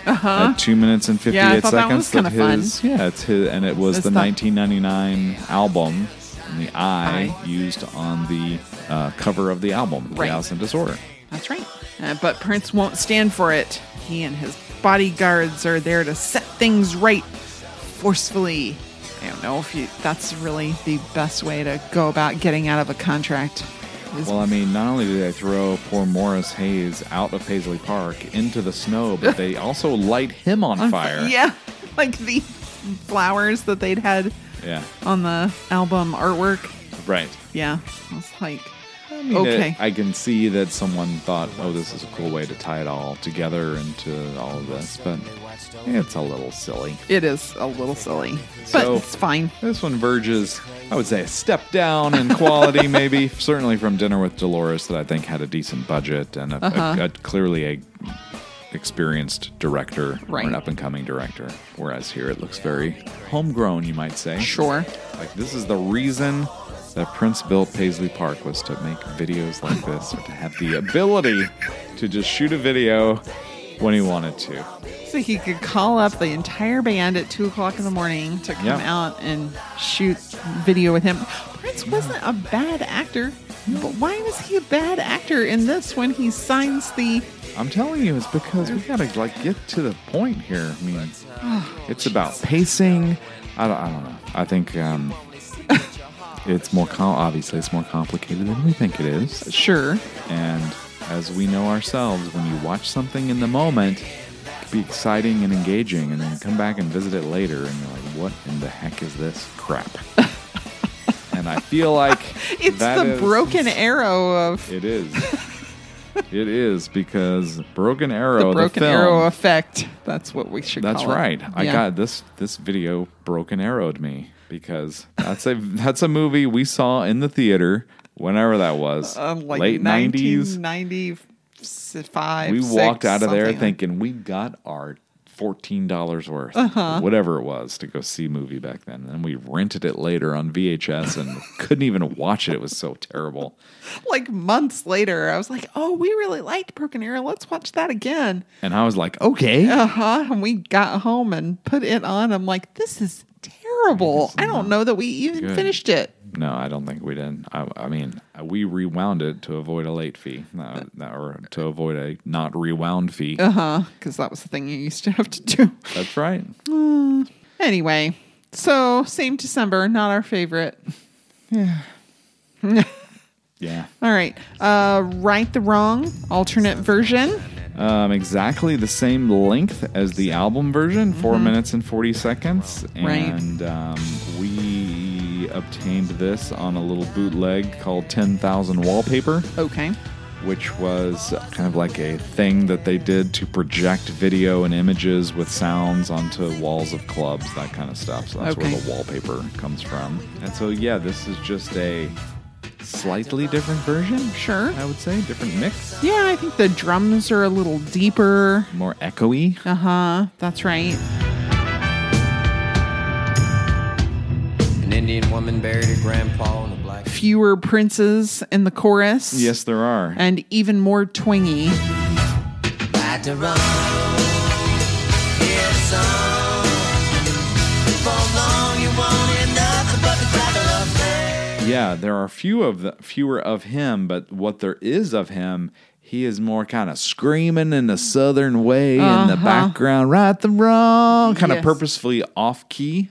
Uh-huh. At two minutes and fifty-eight
Yeah, I thought that
seconds.
was kinda fun.
his, Yeah, it's his, and it was
It's
the
the-
1999 album, and the I,
Eye.
used on the uh, cover of the album,
Right.
Chaos and Disorder.
that's right. Uh, but Prince won't stand for it. He and his bodyguards are there to set things right forcefully. I don't know if you, that's really the best way to go about getting out of a contract. is
Well, I mean, not only do they throw poor Morris Hayes out of Paisley Park into the snow, but they also light him on, fire.
Yeah, like the flowers that they'd had
Yeah.
on the album artwork.
Right.
Yeah, I was like,
I mean,
okay,
it- I can see that someone thought, oh, this is a cool way to tie it all together into all of this, but it's a little silly.
it is a little silly,
So-
but it's fine.
This one verges, I would say, a step down in quality, maybe. Certainly from Dinner with Dolores, that I think had a decent budget and a, a-
Uh-huh.
a- clearly a experienced director or
Right.
an up and coming director. Whereas here, it looks very homegrown, you might say.
Sure.
Like this is the reason that Prince built Paisley Park was to make videos like this or to have the ability to just shoot a video when he wanted to.
So he could call up the entire band at two o'clock in the morning to come
Yeah.
out and shoot video with him. Prince wasn't a bad actor, but why was he a bad actor in this when he signs the?
I'm telling you, it's because we gotta like get to the point here. I mean, it's about pacing. I don't, I don't know. I think um, it's more com- obviously it's more complicated than we think it is.
Sure,
And as we know ourselves, when you watch something in the moment, it can be exciting and engaging, and then you come back and visit it later, and you're like, "What in the heck is this crap?" and I feel like
it's
that
the
is-
broken arrow of
It is. it is because Broken Arrow,
the broken
film,
arrow effect. That's what we should.
That's
call it.
right. I
Yeah.
got this. This video broken arrowed me because that's a that's a movie we saw in the theater whenever that was,
um, like
late nineties.
1995.
We walked
six,
out of there
something.
thinking we got our fourteen dollars worth,
Uh-huh.
whatever it was, to go see a movie back then. And then we rented it later on VHS and couldn't even watch it. It was so terrible.
like months later, I was like, "Oh, we really liked Broken Arrow. Let's watch that again."
And I was like, okay,
Uh huh. And we got home and put it on. I'm like, "This is terrible. I don't know that we even
Good.
finished it."
No, I don't think we did. I, I mean, we rewound it to avoid a late fee, no, no, or to avoid a not rewound fee.
Uh huh. Because that was the thing you used to have to do.
That's right.
Anyway, so same December, not our favorite.
Yeah.
All right. Uh, right the wrong alternate version.
Um, exactly the same length as the album version, 4 minutes and 40 seconds.
Right.
And um, we obtained this on a little bootleg called 10,000 Wallpaper.
Okay.
which was kind of like a thing that they did to project video and images with sounds onto walls of clubs, that kind of stuff. So that's
Okay.
where the wallpaper comes from. And so, yeah, this is just a slightly different version,
Sure.
I would say, different mix,
Yeah, I think the drums are a little deeper.
more echoey.
Uh huh. That's right.
An Indian woman buried her grandpa in a black.
Fewer princes in the chorus.
Yes, there are.
And even more twingy.
Right to wrong. Hear a song. For long you wanted nothing but the crackle of thunder.
Yeah, there are few of the, fewer of him, but what there is of him, he is more kind of screaming in a southern way in the background, right the wrong, kind of
Uh-huh. Yes.
purposefully off key.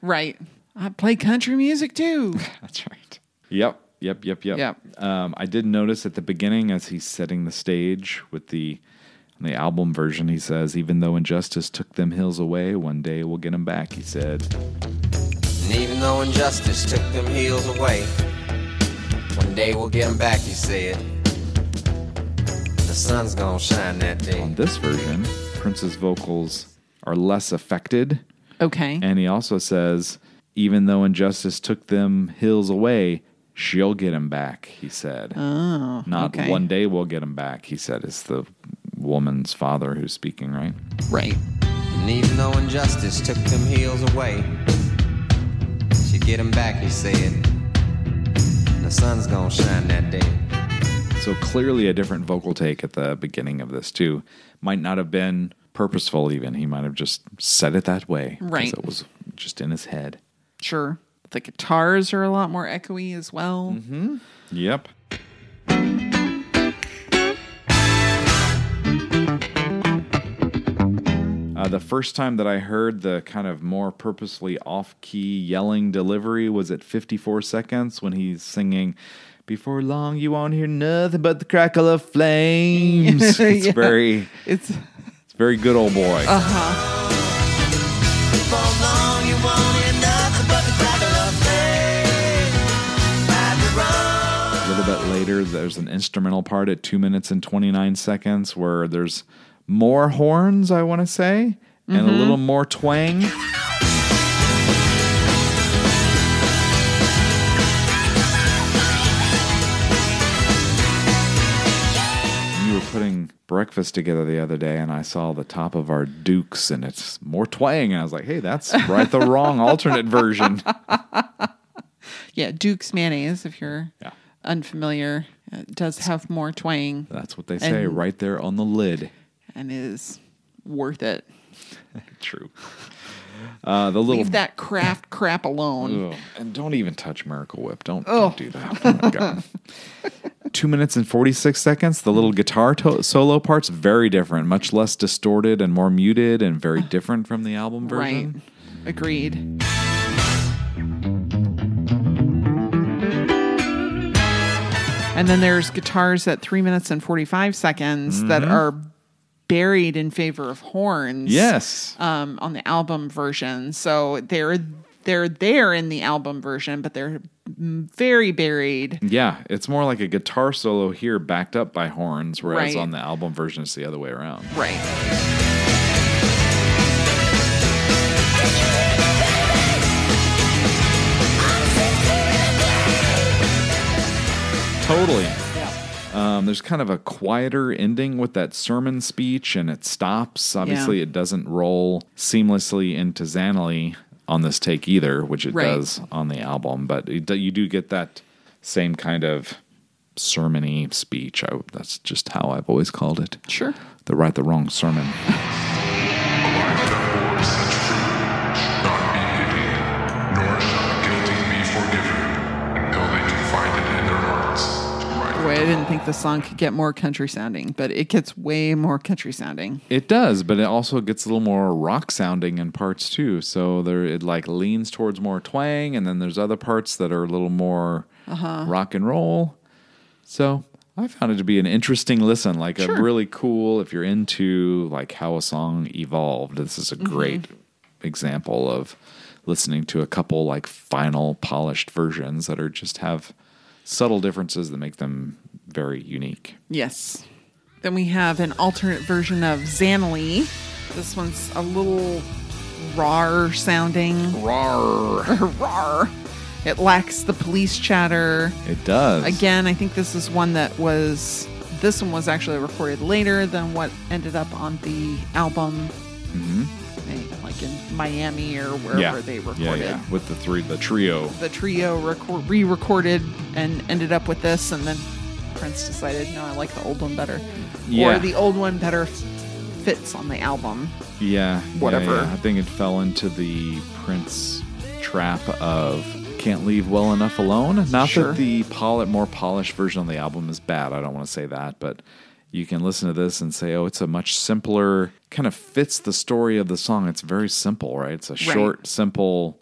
Right. I play country music too.
That's right. Yep. Yep, yep, yep.
Yep.
Um, I did notice at the beginning as he's setting the stage with the on the album version, he says, "Even though injustice took them hills away, one day we'll get them back." He said,
And even though injustice took them heels away, one day we'll get them back, he said. The sun's gonna shine that day.
"On this version, Prince's vocals are less affected."
Okay.
And he also says, even though injustice took them hills away, she'll get him back, he said. Oh, Not
okay.
one day we'll get him back, he said. It's the woman's father who's speaking, right?
right.
And even though injustice took them heels away, she'd get them back, he said. The sun's gonna shine that day.
So clearly a different vocal take at the beginning of this, too. Might not have been purposeful, even. He might have just said it that way. 'cause
Right.
It was just in his head.
Sure. The guitars are a lot more echoey as well.
Mm-hmm. Yep. Uh, the first time that I heard the kind of more purposely off key yelling delivery was at 54 seconds when he's singing, Before long, you won't hear nothing but the crackle of flames. it's
Yeah.
very,
It's
it's very good old boy.
Before long, you won't hear nothing but the crackle of flames. Ride the
A
road.
little bit later, there's an instrumental part at two minutes and 29 seconds where there's more horns, I want to say, and a little more twang. We were putting breakfast together the other day and I saw the top of our dukes and it's more twang and I was like, "Hey, that's right the wrong alternate version."
yeah, Duke's mayonnaise if you're
Yeah.
unfamiliar. It does have more twang
That's what they say
And-
right there on the lid.
and is worth it.
True. Uh, the little
Leave that craft crap alone.
Ugh. and don't even touch Miracle Whip. Don't, don't do that. Oh my God. Two minutes and forty six seconds. The little guitar to- solo parts very different, much less distorted and more muted, and very different from the album
Right.
version.
Agreed. And then there's guitars at three minutes and 45 seconds that are buried in favor of horns.
Yes.
Um, on the album version. So they're they're there in the album version, but they're very buried.
yeah, it's more like a guitar solo here, backed up by horns, whereas
Right.
on the album version, it's the other way around.
Right.
Totally. Um, there's kind of a quieter ending with that sermon speech, and it stops. Obviously, it doesn't roll seamlessly into Xanali on this take either, which it
Right.
does on the album. But it, do- you do get that same kind of sermony speech. I, that's just how I've always called it.
Sure.
The right, the wrong sermon.
not be pitied, nor shall the guilty be forgiven, until they can find it in their hearts to right
Boy, I didn't think the song could get more country sounding, but it gets way more country sounding.
It does, but it also gets a little more rock sounding in parts too. So there, it like leans towards more twang, and then there's other parts that are a little more
Uh-huh.
rock and roll. So I found it to be an interesting listen, like a
Sure.
really cool. If you're into like how a song evolved, this is a
Mm-hmm.
great example of listening to a couple like final polished versions that are just have subtle differences that make them very unique.
Yes. Then we have an alternate version of Xanali. This one's a little rar sounding.
Rawr.
rar. It lacks the police chatter.
It does
Again, I think this is one that was this one was actually recorded later than what ended up on the album. Mm-hmm. Like in Miami or wherever they recorded.
with the three the trio
the trio record, re-recorded and ended up with this and then prince decided no i like the old one better
Yeah.
or the old one better f- fits on the album
yeah
Whatever.
yeah, yeah. i think it fell into the prince trap of can't leave well enough alone not
Sure.
that the poli- more polished version of the album is bad i don't want to say that but you can listen to this and say oh it's a much simpler kind of fits the story of the song it's very simple right it's a short simple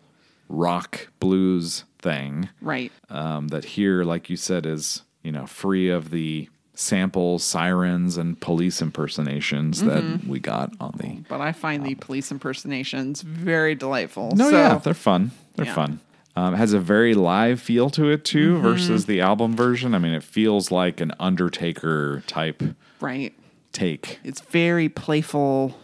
rock blues thing
Right.
um, that here, like you said, is you know free of the sample sirens and police impersonations that we got on the.
But I find the police impersonations very delightful.
Uh. No,
Oh, so,
yeah, they're fun. They're
Yeah. Mm-hmm.
fun. Um, it has a very live feel to it too, versus the album version. I mean, it feels like an Undertaker type
Right.
take.
It's very playful.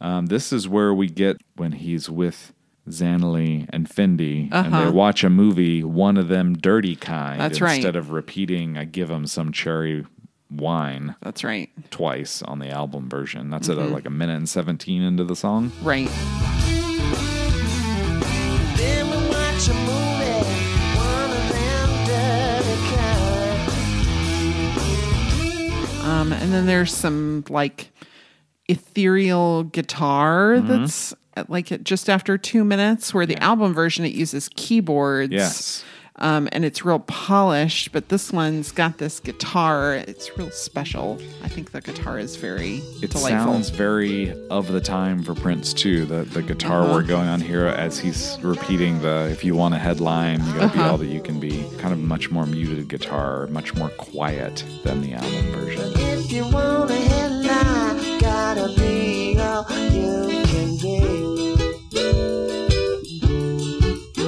Um, this is where we get when he's with Zanelli and Fendi, and
Uh-huh.
they watch a movie, one of them dirty kind,
That's right.
instead of repeating, I give him some cherry wine
That's right.
twice on the album version. That's at uh like a minute and 17 into the song.
Right.
Then we watch a movie, one of them dirty kind.
Um, and then there's some like ethereal guitar
Mm-hmm.
that's at, like at just after two minutes, where the album version it uses keyboards.
Yes.
Um, and it's real polished, but this one's got this guitar. It's real special. I think the guitar is very
It
delightful.
sounds very of the time for Prince too. The the guitar work going on here as he's repeating the "If you want a headline, you gotta be all that you can be." Kind of much more muted guitar, much more quiet than the album version.
If you want a headline, gotta be all you can be.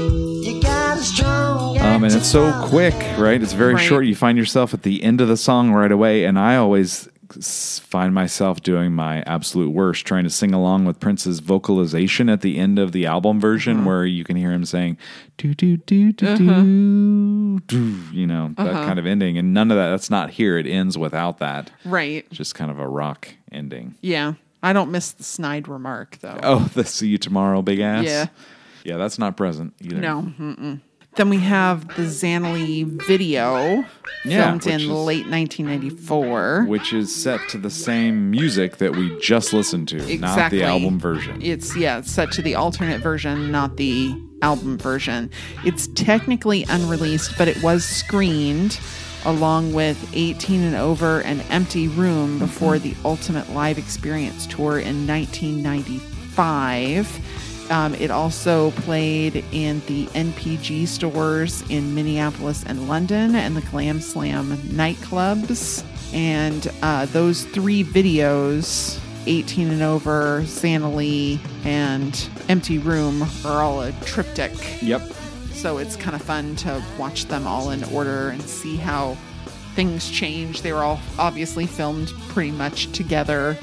You got a strong.
Um, and it's so quick, right? It's very
Right.
short. You find yourself at the end of the song right away. And I always s- find myself doing my absolute worst trying to sing along with Prince's vocalization at the end of the album version,
Uh-huh.
where you can hear him saying, do, do, do, do, do, do, you know,
Uh-huh.
that kind of ending. And none of that, that's not here. It ends without that.
right.
Just kind of a rock ending.
Yeah. I don't miss the snide remark though.
Oh, the see you tomorrow, big ass.
Yeah.
Yeah, that's not present either.
No. Mm-mm. Then we have the Zanelli video,
Yeah,
filmed in
which is-
late 1994.
which is set to the same music that we just listened to, not
Exactly.
the album version.
It's yeah, it's set to the alternate version, not the album version. It's technically unreleased, but it was screened along with 18 and over and Empty Room before
Mm-hmm.
the Ultimate Live Experience tour in 1995. Um, it also played in the NPG stores in Minneapolis and London and the Glam Slam nightclubs. And uh, those three videos 18 and over, Sanally, and Empty Room are all a triptych.
Yep.
So it's kind of fun to watch them all in order and see how things change. They were all obviously filmed pretty much together.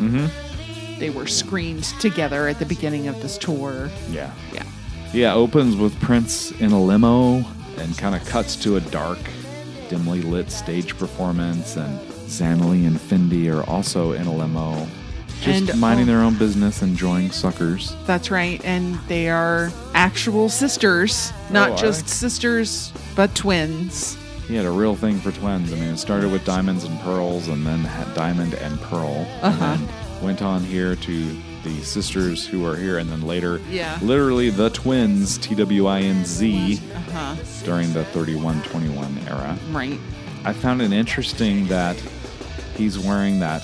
They were screened together at the beginning of this tour.
Yeah.
Yeah.
Yeah, opens with Prince in a limo and kind of cuts to a dark, dimly lit stage performance and Zanelli and Fendi are also in a limo just
And-
minding their own business, enjoying suckers.
That's right. And they are actual sisters, not
Oh, are
just
they?
sisters, but twins.
He had a real thing for twins. I mean, it started with Diamonds and Pearls and then had Diamond and Pearl.
Uh-huh.
And then went on here to the sisters who are here and then later,
Yeah.
literally the twins, T W I N Z,
Uh-huh.
during the 3121 era.
Right.
I found it interesting that he's wearing that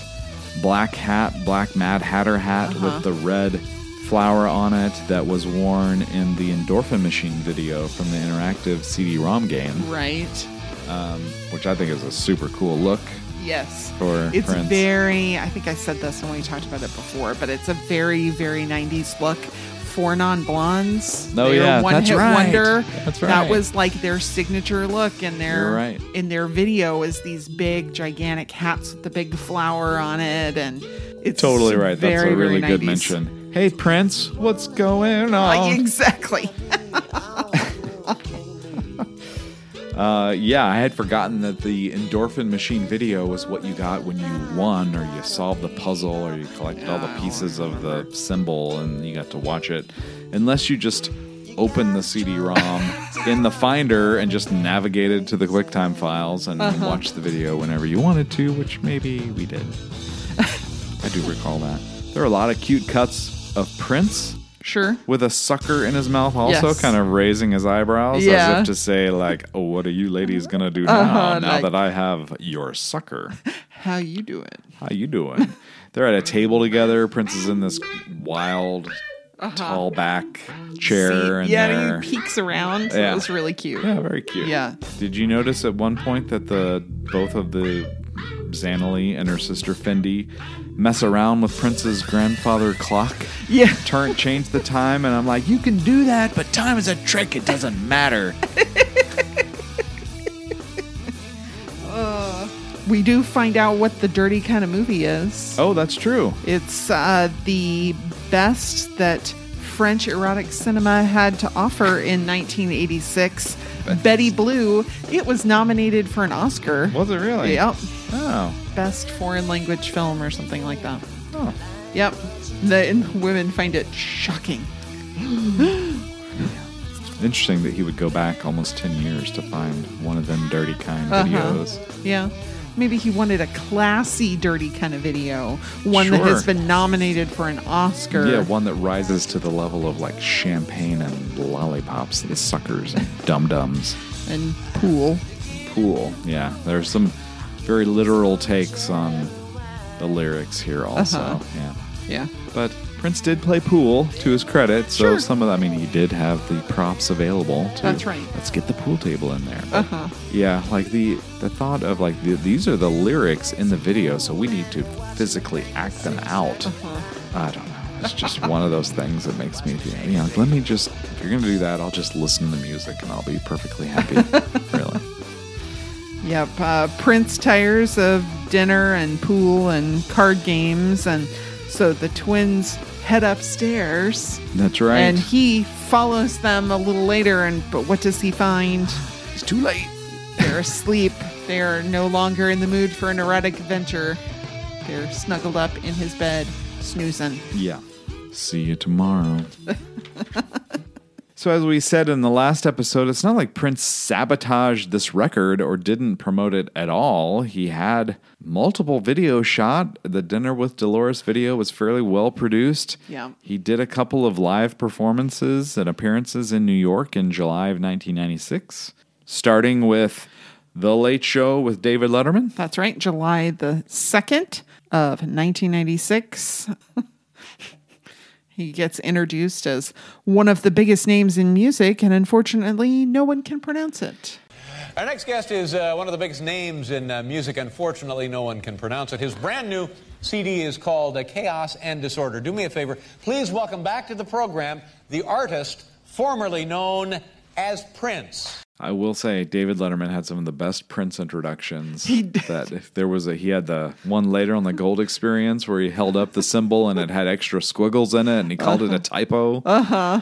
black hat, black Mad Hatter hat
Uh-huh.
with the red flower on it that was worn in the Endorphin Machine video from the interactive CD ROM game
Right.
which I think is a super cool look.
Yes.
For
it's
Prince.
very, I think I said this when we talked about it before, but it's a very, very 90s look for non blondes.
Oh, yeah,
one
that's
hit
right.
wonder.
That's
That
right.
was like their signature look in their
You're right.
in their video is these big gigantic hats with the big flower on it and it's
Totally right. That's
very,
a really
very
good
90s.
mention. Oh. Hey Prince, what's going
Like,
on?
exactly.
Uh, yeah, I had forgotten that the endorphin machine video was what you got when you won, or you solved the puzzle, or you collected all the pieces of the symbol, and you got to watch it. Unless you just opened the CD-ROM in the Finder and just navigated to the QuickTime files and
Uh-huh.
watched the video whenever you wanted to, which maybe we did. I do recall that. There are a lot of cute cuts of Prince
Sure.
with a sucker in his mouth, also
Yes.
kind of raising his eyebrows as
Yeah.
if to say, like, "Oh, what are you ladies gonna do now?
Uh-huh,
now
like-
that I have your sucker,
How you do it.
how you doing?" They're at a table together. Prince is in this wild tall back chair.
Uh-huh.
and
yeah,
their-
he peeks around. So
Yeah.
It was really cute.
Yeah, very cute.
Yeah.
Did you notice at one point that the both of the Xanali and her sister Fendi mess around with Prince's grandfather clock?
Yeah.
Turn change the time, and I'm like, you can do that, but time is a trick. It doesn't matter.
We do find out what the dirty kind of movie is.
oh, that's true.
It's uh, the best that French erotic cinema had to offer in 1986. Betty Blue. It was nominated for an Oscar.
Was it really?
Yep.
Oh.
Best foreign language film or something like that.
Oh.
Yep. The and women find it shocking.
Interesting that he would go back almost ten years to find one of them dirty kind videos.
Yeah. Maybe he wanted a classy, dirty kind of video, one that
Sure.
has been nominated for an Oscar.
Yeah, one that rises to the level of like champagne and lollipops and suckers and dum dums.
and pool.
pool. Yeah, there's some very literal takes on the lyrics here also.
Uh-huh.
Yeah.
Yeah.
But Prince did play pool to his credit, so
Sure.
some of that, I mean, he did have the props available. To,
That's right. Uh-huh.
Let's get the pool table in there. Uh huh. Yeah, like the the thought of like the, these are the lyrics in the video, so we need to physically act them out. Uh-huh. I don't know. It's just one of those things that makes me, you know, let me just. If you're gonna do that, I'll just listen to the music and I'll be perfectly happy. really.
Yep. Uh, Prince tires of dinner and pool and card games. And so the twins head upstairs.
That's right.
And he follows them a little later. And but what does he find?
It's too late.
They're asleep. They're no longer in the mood for an erotic adventure. They're snuggled up in his bed, snoozing.
Yeah. See you tomorrow. so, as we said in the last episode, it's not like Prince sabotaged this record or didn't promote it at all. He had multiple video shot. The Dinner with Dolores video was fairly well produced.
Yeah.
He did a couple of live performances and appearances in New York in July of 1996, starting with The Late Show with David Letterman.
That's right, July the 2nd of 1996. he gets introduced as one of the biggest names in music, and unfortunately, no one can pronounce it.
Our next guest is uh, one of the biggest names in uh, music. Unfortunately, no one can pronounce it. His brand new CD is called uh, Chaos and Disorder. Do me a favor. Please welcome back to the program the artist formerly known as Prince.
I will say David Letterman had some of the best Prince introductions.
He did.
That if there was a he had the one later on the Gold Experience where he held up the symbol and it had extra squiggles in it and he called it a typo. Uh huh.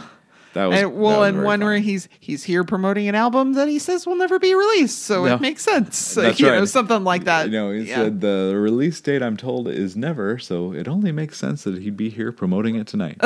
That was
Uh-huh. And, well,
that was
and
very
one
funny.
where he's he's here promoting an album that he says will never be released, so
No.
it makes sense.
That's
you know,
right.
something like that.
you know he
Yeah.
said the release date I'm told is never, so it only makes sense that he'd be here promoting it tonight.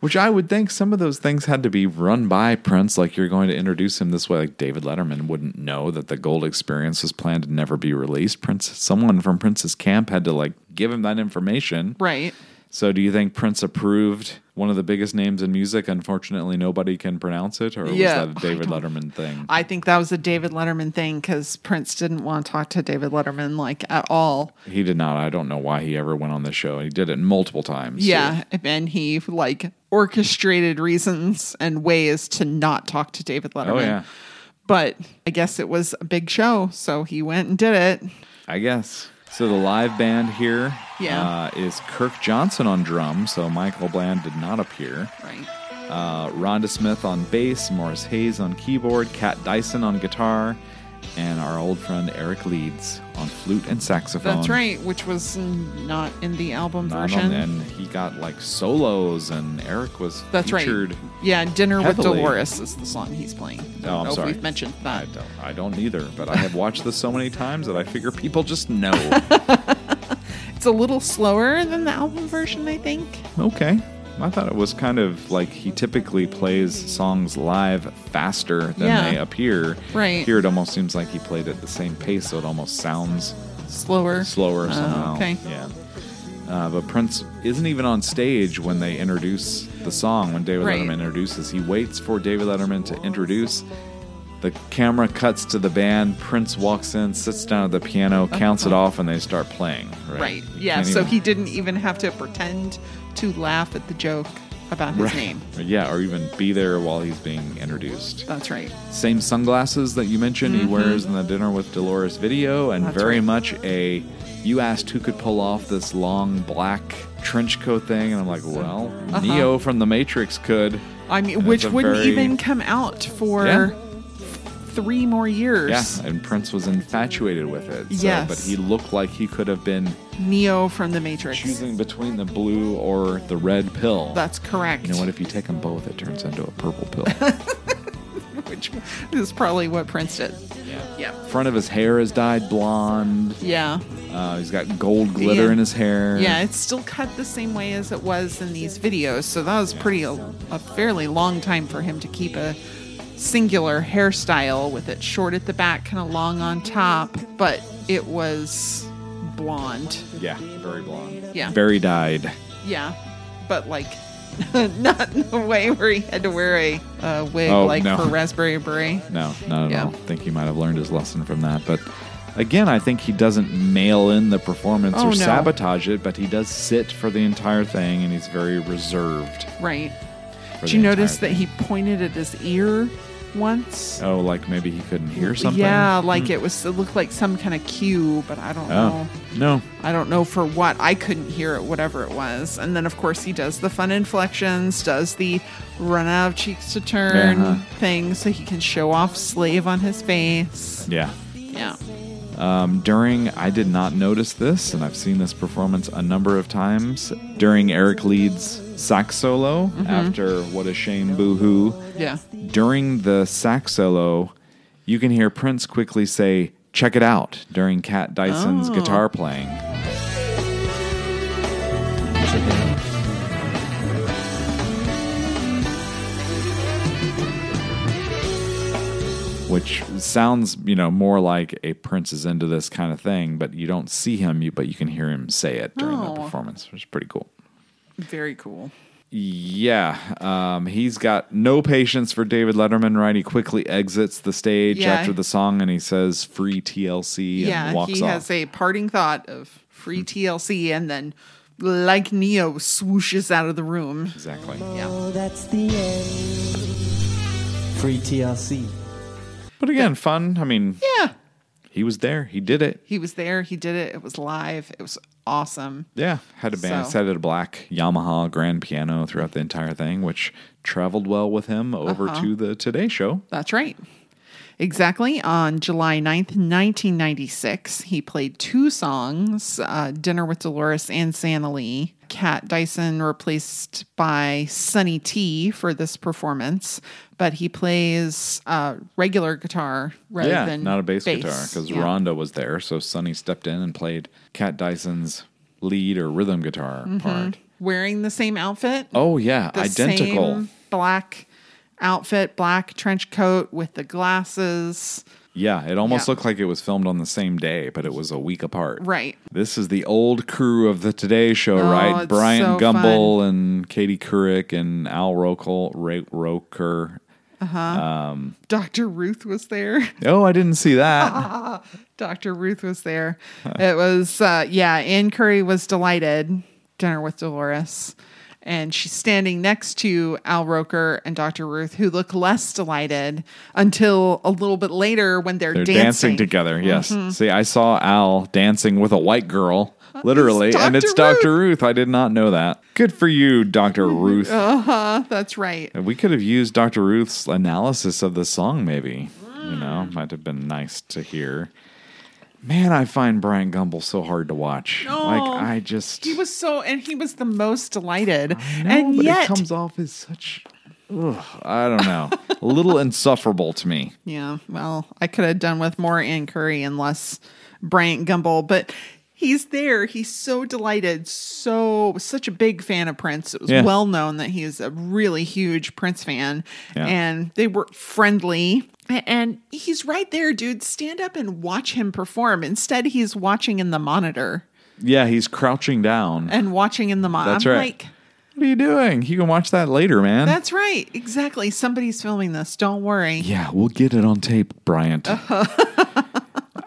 Which I would think some of those things had to be run by Prince, like you're going to introduce him this way. Like David Letterman wouldn't know that the Gold Experience was planned to never be released. Prince, someone from Prince's camp had to like give him that information.
right.
So, do you think Prince approved one of the biggest names in music? Unfortunately, nobody can pronounce it, or
Yeah.
was that a David Letterman thing?
I think that was a David Letterman thing because Prince didn't want to talk to David Letterman like at all.
He did not. I don't know why he ever went on the show. He did it multiple times.
Yeah, and he like orchestrated reasons and ways to not talk to David Letterman.
Oh yeah.
But I guess it was a big show, so he went and did it.
I guess. So the live band here uh, is
Yeah.
Kirk Johnson on drums. So Michael Bland did not appear.
Right.
Uh, Rhonda Smith on bass, Morris Hayes on keyboard, Kat Dyson on guitar, and our old friend Eric Leeds on flute and saxophone.
That's right, which was not in the album
Not on-
version.
and he got like solos, and Eric was
That's
featured.
right. Yeah, Dinner with
heavily.
Dolores is the song he's playing. I don't
Oh, I'm
know
sorry.
if we've mentioned
I
that.
don't, I don't either, but I have watched this so many times that I figure people just know.
It's a little slower than the album version, I think.
Okay. I thought it was kind of like he typically plays songs live faster than
Yeah.
they appear.
Right.
Here it almost seems like he played at the same pace, so it almost sounds
Slower.
slower somehow.
Oh, okay.
Yeah. Uh, but Prince isn't even on stage when they introduce the song, when David
Right.
Letterman introduces. He waits for David Letterman to introduce. The camera cuts to the band. Prince walks in, sits down at the piano, counts it off, and they start playing. Right.
Uh-huh. Right.
You
Yeah,
can't
so
even-
he didn't even have to pretend to laugh at the joke about his name.
Yeah, or even be there while he's being introduced.
That's right.
Same sunglasses that you mentioned he wears in the Dinner with Dolores video, and
Mm-hmm. That's
very
right.
much a you asked who could pull off this long black trench coat thing, and I'm like, well,
uh-huh.
Neo from the Matrix could.
I mean,
And
which
it's a
wouldn't
very-
even come out for
Yeah.
three more years.
Yeah, and Prince was infatuated with it. So,
Yes.
But he looked like he could have been
Neo from The Matrix.
choosing between the blue or the red pill.
That's correct.
You know what? If you take them both, it turns into a purple pill.
Which is probably what Prince did.
yeah.
Yeah.
Front of his hair is dyed blonde.
Yeah.
Uh, he's got gold glitter in his hair.
Yeah, it's still cut the same way as it was in these videos. So that was pretty a, a fairly long time for him to keep a singular hairstyle with it short at the back, kind of long on top, but it was blonde.
Yeah, very blonde.
Yeah.
Very dyed.
Yeah, but like not in the way where he had to wear a, uh wig
Oh,
like
no.
for Raspberry Beret.
No, not at
Yeah.
all. I think he might have learned his lesson from that. But again, I think he doesn't nail in the performance
Oh,
or
no.
sabotage it, but he does sit for the entire thing and he's very reserved.
Right.
for
Did
the
you notice
entire
that he pointed at his ear once?
thing. Oh, like maybe he couldn't hear something? Hmm.
Yeah, like it was. It looked like some kind of cue, but I don't
Oh,
know.
no.
I don't know for what. I couldn't hear it, whatever it was. And then, of course, he does the fun inflections, does the run out of cheeks to turn
Uh-huh.
thing so he can show off slave on his face.
Yeah.
Yeah.
during I did not notice this, and I've seen this performance a number of times during Eric Leeds' sax solo
Mm-hmm.
after "What a Shame, Boo Hoo."
Yeah.
During the sax solo, you can hear Prince quickly say, "Check it out!" during Cat Dyson's guitar playing. Which sounds, you know, more like a Prince is into this kind of thing, but you don't see him, you but you can hear him say it during
Oh.
the performance, which is pretty cool.
Very cool.
Yeah, um, he's got no patience for David Letterman. Right, he quickly exits the stage
Yeah.
after the song and he says "Free TLC" and
yeah,
walks
he
off. Mm-hmm.
has a parting thought of free TLC and then, like Neo, swooshes out of the room.
exactly.
Yeah.
that's the end. Free TLC.
But again, fun. I mean,
Yeah.
he was there. He did it.
He was there. He did it. It was live. It was awesome.
Yeah, had a band,
So-
set at a black Yamaha grand piano throughout the entire thing, which traveled well with him over
Uh-huh.
to the Today Show.
That's right. Exactly. On July 9th, 1996, he played two songs uh, Dinner with Dolores and Santa Lee. Kat Dyson replaced by Sonny T for this performance, but he plays uh, regular guitar rather
yeah,
than
not a bass, guitar because
Yeah.
Rhonda was there, so Sonny stepped in and played Cat Dyson's lead or rhythm guitar part.
Wearing the same outfit,
Oh yeah,
Mm-hmm. the
identical.
same black outfit, black trench coat with the glasses.
Yeah, it almost
Yeah.
looked like it was filmed on the same day, but it was a week apart.
Right. Oh,
This is the old crew of the Today Show, right?
it's
Brian
so fun.
Gumbel and Katie Couric and Al Roker. Ra- Roker.
Dr. Ruth was there.
Oh, I didn't see that.
Dr. Ruth was there. it was, uh, yeah, Anne Curry was delighted. Dinner with Dolores. And she's standing next to Al Roker and Dr. Ruth, who look less delighted until a little bit later when they're,
They're dancing, together. Yes.
Mm-hmm.
See, I saw Al dancing with a white girl, literally, and
Dr.
it's Dr. Ruth. I did not know that. Good for you, Dr. Ruth.
That's right.
We could have used Dr. Ruth's analysis of the song, maybe. You know, might have been nice to hear. Man, I find Brian Gumbel so hard to watch. Like, I just.
He was so, and he was the most delighted.
I know,
and
but
yet,
it comes off as such. Ugh, I don't know. a little insufferable to me.
Yeah, well, I could have done with more Ann Curry and less Bryant Gumbel, but he's there. He's so delighted, so such a big fan of Prince. It was
Yeah.
well known that he is a really huge Prince fan,
Yeah.
and they were friendly. A- And he's right there, dude. Stand up and watch him perform. Instead, he's watching in the monitor
Yeah, he's crouching down.
and watching in the monitor.
That's
I'm
right.
like,
what are you doing? You can watch that later, man.
that's right. Exactly. Somebody's filming this. Don't worry.
yeah, we'll get it on tape, Bryant.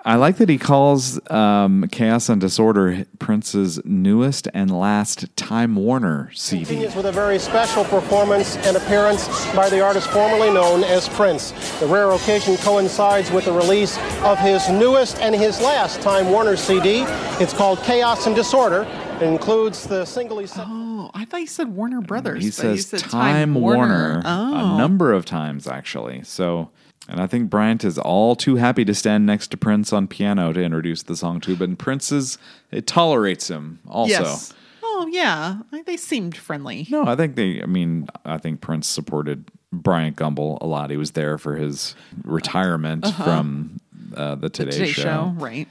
I like that he calls um, Chaos and Disorder Prince's newest and last Time Warner CD.
Continues with a very special performance and appearance by the artist formerly known as Prince. The rare occasion coincides with the release of his newest and his last Time Warner CD. It's called Chaos and Disorder. It includes the singly.
Oh, I thought you said Warner Brothers.
He
but you
says
said
Time, Warner,
Oh.
a number of times, actually. So, and I think Bryant is all too happy to stand next to Prince on piano to introduce the song to, but Prince is, it tolerates him also.
Yes. Oh yeah, I- they seemed friendly.
No, I think they. I mean, I think Prince supported Bryant Gumbel a lot. He was there for his retirement from uh, the Today,
Uh-huh. Today
Show.
show, right?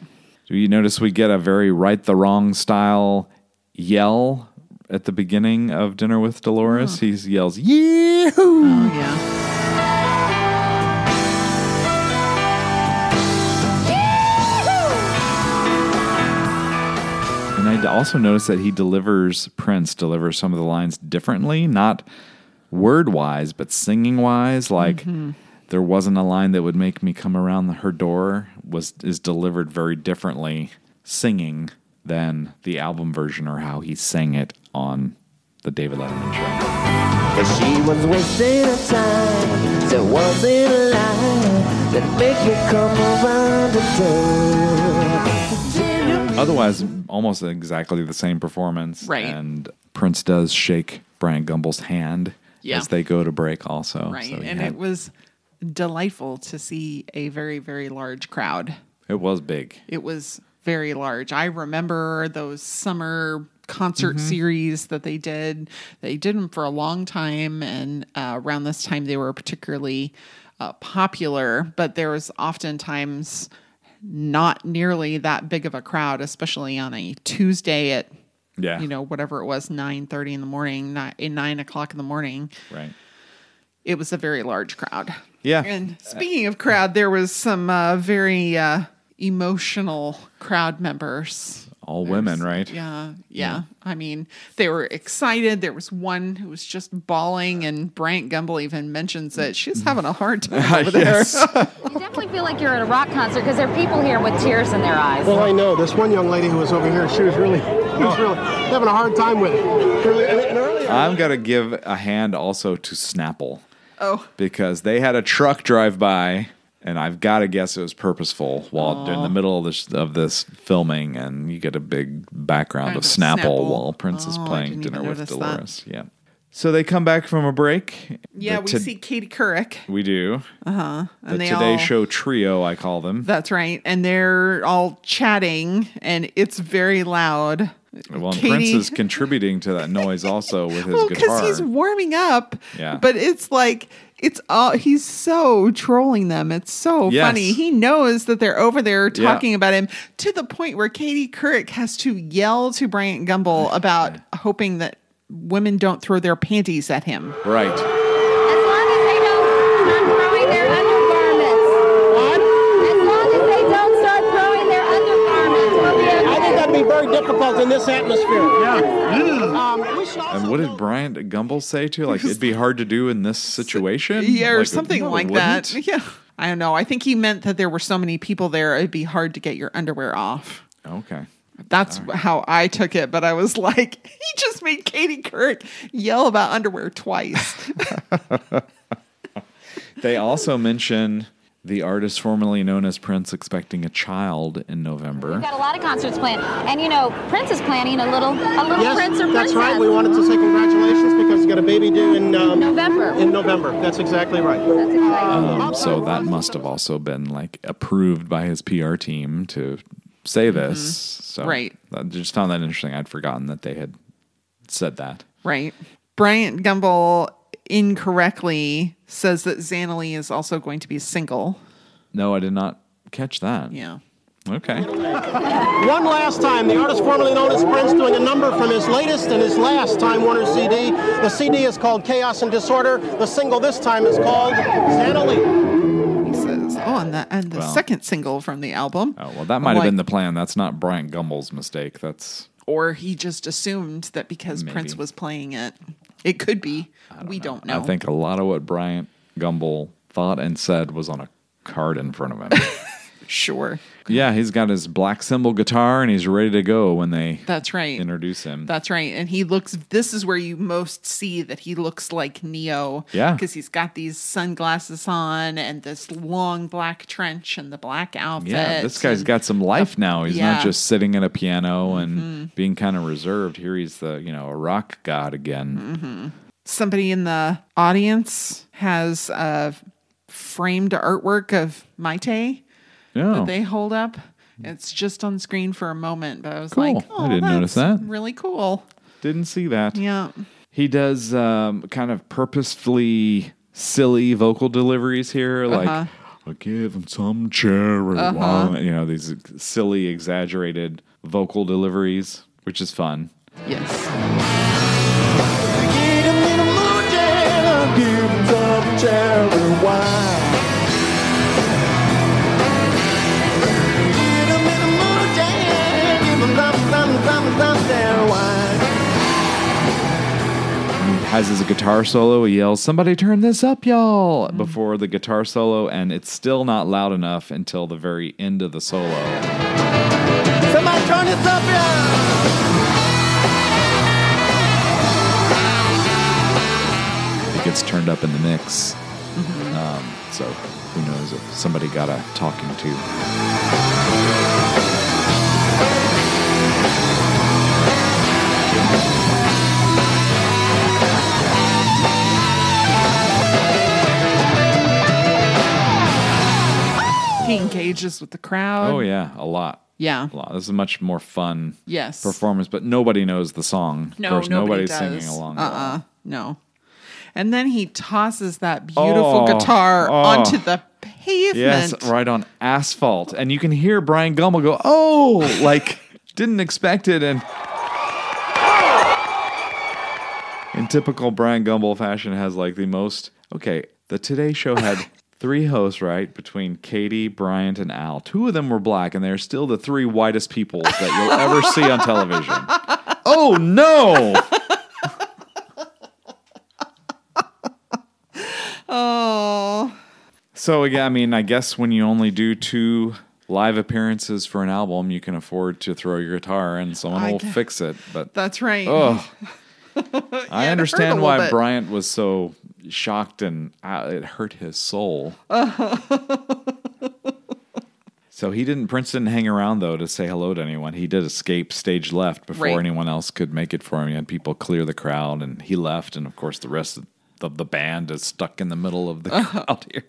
Do you notice we get a very right the wrong style yell at the beginning of Dinner with Dolores? He yells, "Yee-hoo!"
Oh yeah.
And I also notice that he delivers Prince delivers some of the lines differently, not word wise, but singing wise. Like
Mm-hmm.
there wasn't a line that would make me come around her door was is delivered very differently singing than the album version or how he sang it on the David Letterman show.
She was wasting her time. There wasn't a line that make me come around the door.
Otherwise, almost exactly the same performance.
Right.
And Prince does shake Brian Gumbel's hand
Yeah.
as they go to break also.
Right.
So he
and
had-
it was delightful to see a very very large crowd.
it was big.
It was very large. I remember those summer concert series that they did. They did them for a long time, and uh, around this time they were particularly uh, popular. But there was oftentimes not nearly that big of a crowd, especially on a Tuesday at
Yeah.
you know whatever it was nine thirty in the morning, not nine o'clock in the morning
Right.
it was a very large crowd.
Yeah.
And speaking of crowd, there was some uh, very uh, emotional crowd members.
All women, right?
Yeah, yeah, I mean, they were excited. There was one who was just bawling, and Bryant Gumbel even mentions that she's having a hard time over there.
yes.
You definitely feel like you're at a rock concert because there are people here with tears in their eyes.
Well, Oh, I know this one young lady who was over here. She was really, she was really having a hard time with it. Really, and, and earlier,
I'm gonna give a hand also to Snapple
Oh,
because they had a truck drive by, and I've got to guess it was purposeful while in the middle of this of this filming, and you get a big background
Kind
of
of
Snapple,
Snapple.
while Prince is
Oh, I
playing
didn't even
dinner with
notice that.
Dolores. Yeah. So they come back from a break.
yeah,
The
we
to-
see Katie Couric.
We do. Uh huh. The
and they
Today
all-
Show trio, I call them.
That's right. And they're all chatting, and it's very loud.
Well, and
Katie-
Prince is contributing to that noise also with his
Well,
guitar.
he's warming up.
Yeah.
But it's like it's all he's so trolling them. It's so
Yes.
funny. He knows that they're over there
Yeah.
talking about him to the point where Katie Couric has to yell to Bryant Gumbel about hoping that women don't throw their panties at him.
right.
As long as they don't start throwing their undergarments. What? As long as they don't start throwing their undergarments, we'll be okay.
I think that'd be very difficult in this atmosphere. Yeah. Um, we should also
And what
note-
did Bryant Gumbel say too? Like it'd be hard to do in this situation,
Yeah, or
Like,
something
no, it
like that.
wouldn't.
Yeah. I don't know. I think he meant that there were so many people there it'd be hard to get your underwear off.
Okay,
That's how I took it, but I was like, he just made Katie Couric yell about underwear twice.
they also mention the artist formerly known as Prince expecting a child in November.
We've got a lot of concerts planned, and you know, Prince is planning a little, a little
Yes,
Prince or
that's
Princess.
right. We wanted to say congratulations because he's got a baby due in um,
November.
In November. That's exactly right.
That's
Uh-huh.
exciting.
Um, so that must have also been like approved by his PR team to say this. So
Mm-hmm. Right.
I just found that interesting. I'd forgotten that they had said that.
Right. Bryant Gumbel incorrectly says that Xanali is also going to be single.
No, I did not catch that.
Yeah.
Okay.
One last time, the artist formerly known as Prince doing a number from his latest and his last Time Warner CD. The CD is called Chaos and Disorder. The single this time is called Xanali.
He says, oh, and the, and the
Well.
second single from the album.
Oh well, that might have
Like-
been the plan. That's not Bryant Gumbel's mistake. That's
Or he just assumed that because
Maybe.
Prince was playing it, it could be. we don't know.
I think a lot of what Bryant Gumbel thought and said was on a card in front of him.
Sure.
Yeah, he's got his black cymbal guitar and he's ready to go when they
That's right.
introduce him.
That's right. And he looks, this is where you most see that he looks like Neo.
Yeah.
Because he's got these sunglasses on and this long black trench and the black outfit.
yeah, this guy's got some life now. He's
yeah. Mm-hmm.
not just sitting at a piano and being kind of reserved. Here he's the, you know, a rock god again.
Somebody in the audience has a framed artwork of Maite
Yeah.
that they hold up. It's just on screen for a moment, but I was
Cool.
like, oh,
I didn't notice
that's
that."
Really cool.
Didn't see that.
Yeah.
He does um, kind of purposefully silly vocal deliveries here, like "I give him some cherry wine," you know, these silly, exaggerated vocal deliveries, which is fun.
Yes.
Get him in a mood, yeah, give him some cherry wine. Get him in a mood, yeah, give him some, some, some, some cherry wine.
Has his guitar solo, he yells, "Somebody turn this up, y'all!" before the guitar solo, and it's still not loud enough until the very end of the solo.
Somebody turn this up, yeah.
It gets turned up in the mix, um, so who knows if somebody got a talking to.
He engages with the crowd.
Oh yeah, a lot.
Yeah.
a lot. This is a much more fun
Yes.
performance, but nobody knows the song.
No,
of course,
nobody
nobody's
does.
singing along.
Uh-uh. No. And then he tosses that beautiful
Oh,
guitar
oh.
onto the pavement.
Yes, right on asphalt, and you can hear Brian Gummel go, "Oh!" like didn't expect it, and in typical Brian Gumbel fashion, has like the most. Okay, the Today Show had. Three hosts, right? Between Katie, Bryant, and Al. Two of them were black, and they're still the three whitest people that you'll ever see on television. Oh no!
Oh.
So yeah, I mean, I guess when you only do two live appearances for an album, you can afford to throw your guitar and someone
I
will
guess.
fix it. But
That's right.
oh, I
hurt a
understand
little
why
bit.
Bryant was so shocked and uh, it hurt his soul. so he didn't. Prince didn't hang around though to say hello to anyone. He did escape stage left before
Right.
anyone else could make it for him. He had people clear the crowd, and he left. And of course, the rest of the, the band is stuck in the middle of the crowd here.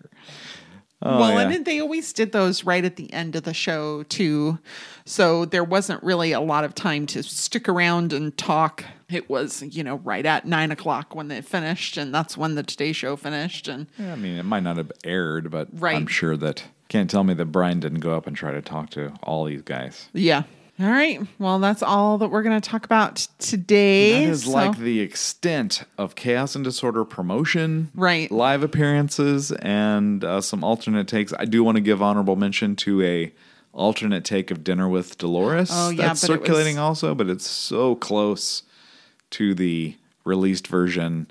well,
Oh, yeah.
and then they always did those right at the end of the show too. So there wasn't really a lot of time to stick around and talk. It was, you know, right at nine o'clock when they finished, and that's when the Today Show finished. And
Yeah, I mean, it might not have aired, but I'm
Right.
sure that can't tell me that Brian didn't go up and try to talk to all these guys.
yeah. All right. Well, that's all that we're going to talk about today.
That is
So-
like the extent of chaos and disorder promotion,
Right.
Live appearances and uh, some alternate takes. I do want to give honorable mention to a alternate take of Dinner with Dolores.
Oh, yeah,
that's
but it was-
circulating also, but it's so close to the released version.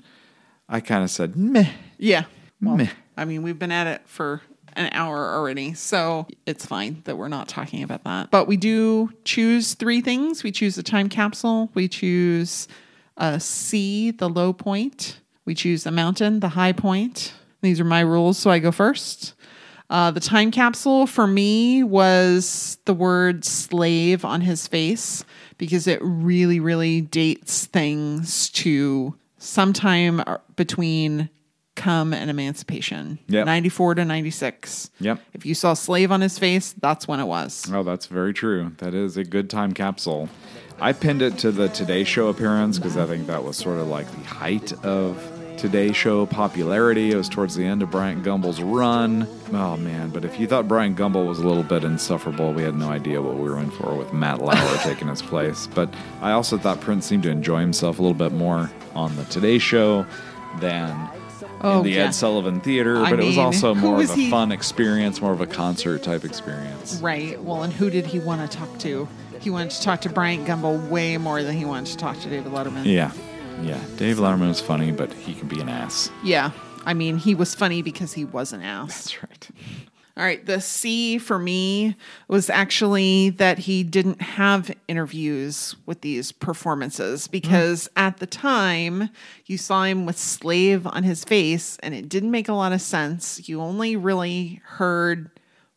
I kind of said meh,
yeah.
meh.
I mean, we've been at it for an hour already, so it's fine that we're not talking about that. But we do choose three things we choose a time capsule, we choose a sea, the low point, we choose a mountain, the high point. These are my rules, so I go first. Uh, the time capsule for me was the word slave on his face because it really, really dates things to sometime ar- between come and emancipation
Yep.
94 to 96.
Yep.
If you saw slave on his face, that's when it was.
Oh, that's very true. That is a good time capsule. I pinned it to the Today Show appearance because I think that was sort of like the height of Today Show popularity. It was towards the end of Bryant Gumbel's run. Oh, man. But if you thought Bryant Gumbel was a little bit insufferable, we had no idea what we were in for with Matt Lauer taking his place. But I also thought Prince seemed to enjoy himself a little bit more on the Today Show than.
Oh,
in the
yeah.
Ed Sullivan Theater,
I
but it was
mean,
also
who
more
was
of a
he-
fun experience, more of a concert type experience.
Right. Well, and who did he want to talk to? He wanted to talk to Bryant Gumbel way more than he wanted to talk to David Letterman.
Yeah. Yeah. Dave Letterman is funny, but he can be an ass.
Yeah. I mean, he was funny because he was an ass.
right.
All right. The C for me was actually that he didn't have interviews with these performances because at the time you saw him with slave on his face and it didn't make a lot of sense. You only really heard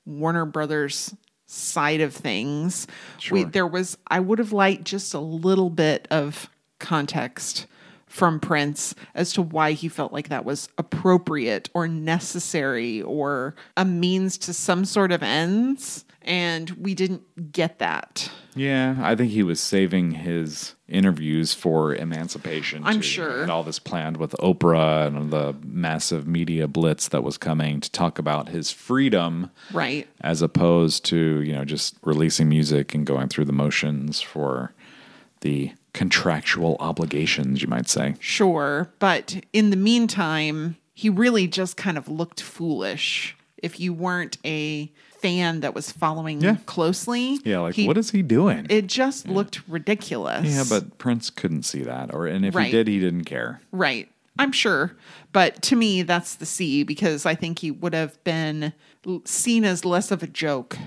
Warner Brothers side of things. We, there was, I would have liked just a little bit of context from Prince as to why he felt like that was appropriate or necessary or a means to some sort of ends. And we didn't get that.
Yeah, I think he was saving his interviews for emancipation.
I'm
too,
sure.
And all this planned with Oprah and the massive media blitz that was coming to talk about his freedom
Right.
as opposed to, you know, just releasing music and going through the motions for the contractual obligations, you might say.
Sure. But in the meantime, he really just kind of looked foolish. If you weren't a fan that was following
Yeah.
closely,
Yeah, like
he-
what is he doing?
It just looked ridiculous.
yeah, but Prince couldn't see that or and if
Right.
he did, he didn't care.
Right. I'm sure. But to me, that's the C because I think he would have been l- seen as less of a joke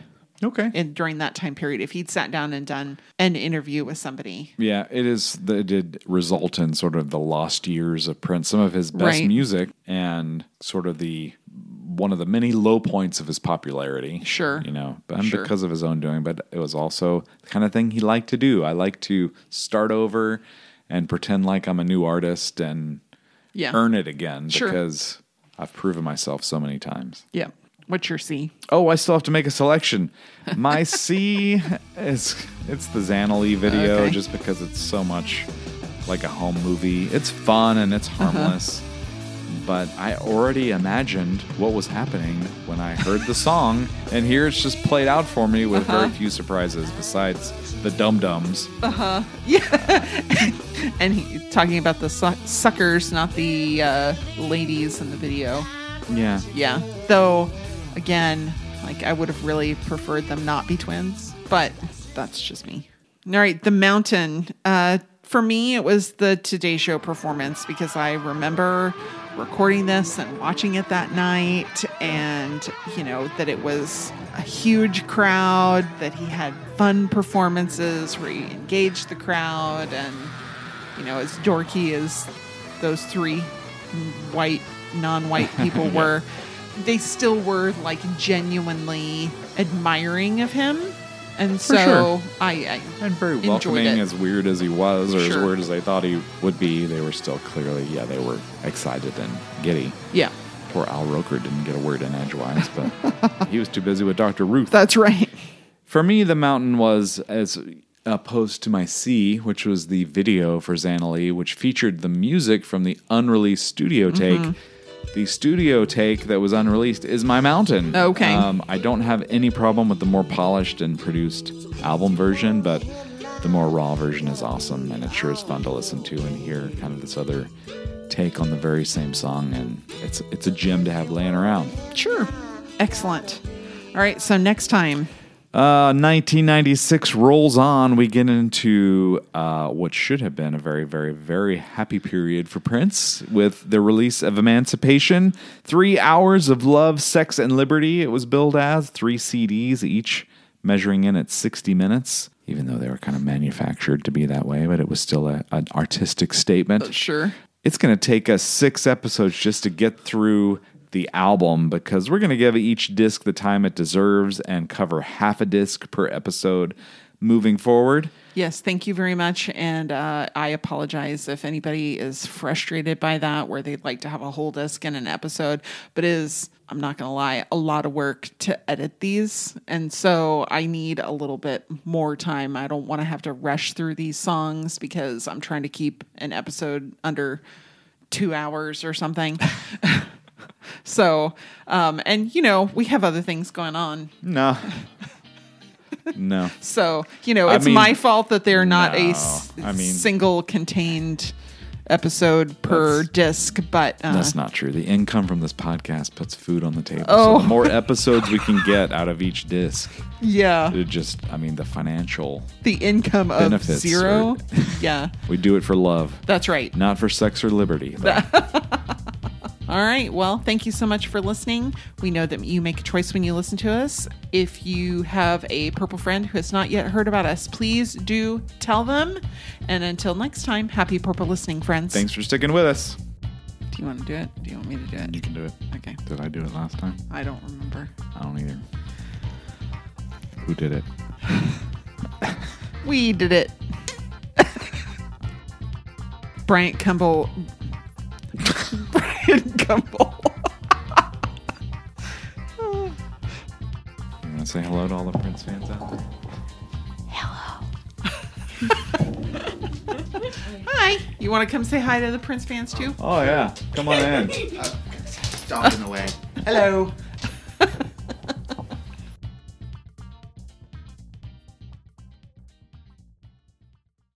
Okay.
in, during that time period if he'd sat down and done an interview with somebody.
Yeah, it is. the- It did result in sort of the lost years of Prince, some of his best
Right.
music, and sort of the one of the many low points of his popularity.
Sure.
you know, but
Sure.
because of his own doing. But it was also the kind of thing he liked to do. I like to start over and pretend like I'm a new artist and
Yeah.
earn it again
Sure.
because I've proven myself so many times.
Yeah. What's your C?
Oh, I still have to make a selection. My C is it's the Xanali video
Okay.
just because it's so much like a home movie. It's fun and it's
Uh-huh.
harmless. But I already imagined what was happening when I heard the song, and here it's just played out for me with
Uh-huh.
very few surprises besides the dum dums.
And he, talking about the su- suckers, not the uh, ladies in the video.
Yeah.
Yeah. Though, again, like I would have really preferred them not be twins, but that's just me. All right, The Mountain. Uh, for me, it was the Today Show performance because I remember recording this and watching it that night, and you know, that it was a huge crowd, that he had fun performances where he engaged the crowd, and you know, as dorky as those three white, non-white people were, they still were like genuinely admiring of him, and so
sure.
I, I
And very
enjoyed
welcoming,
it.
as weird as he was, or as
Sure.
weird as they thought he would be. They were still clearly, yeah, they were excited and giddy.
yeah,
Poor Al Roker didn't get a word in edgewise, but he was too busy with Dr. Ruth.
that's right.
For me, the mountain was as opposed to my C, which was the video for Xanali, which featured the music from the unreleased studio take. The studio take that was unreleased is my mountain.
Okay.
Um, I don't have any problem with the more polished and produced album version, but the more raw version is awesome, and it sure is fun to listen to and hear kind of this other take on the very same song, and it's it's a gem to have laying around.
Sure, excellent. All right, so next time,
Uh, 1996 rolls on. We get into uh, what should have been a very, very, very happy period for Prince with the release of Emancipation. Three hours of love, sex, and liberty, it was billed as. Three CDs each, measuring in at 60 minutes, even though they were kind of manufactured to be that way, but it was still a, an artistic statement.
sure.
It's going to take us six episodes just to get through the album because we're going to give each disc the time it deserves and cover half a disc per episode moving forward.
Yes, thank you very much. And uh, I apologize if anybody is frustrated by that, where they'd like to have a whole disc in an episode. But it is, I'm not going to lie, a lot of work to edit these. And so I need a little bit more time. I don't want to have to rush through these songs because I'm trying to keep an episode under two hours or something. so, um, and you know, we have other things going on.
No. no.
So you know,
I
it's
mean,
my fault that they're not a s-
no, I mean-
single contained episode per
That's-
disc, but uh,
That's not true. The income from this podcast puts food on the table.
Oh.
So the more episodes we can get out of each disc,
yeah,
it just, I mean, the financial.
the income of
Benefits
zero.
are-
yeah,
We do it for love,
that's right.
not for sex or liberty.
All right. Well, thank you so much for listening. We know that you make a choice when you listen to us. If you have a purple friend who has not yet heard about us, please do tell them. And until next time, happy purple listening, friends.
Thanks for sticking with us.
Do you want to do it? Do you want me to do it?
You can do it.
Okay.
Did I do it last time?
I don't remember.
I don't either. Who did it?
We did it. Bryant Cumble. Bryant Cumble.
You want to say hello to all the Prince fans out there?
Hi. You want to come say hi to the Prince fans too?
Oh, yeah. Come on in.
Stomping away. Hello.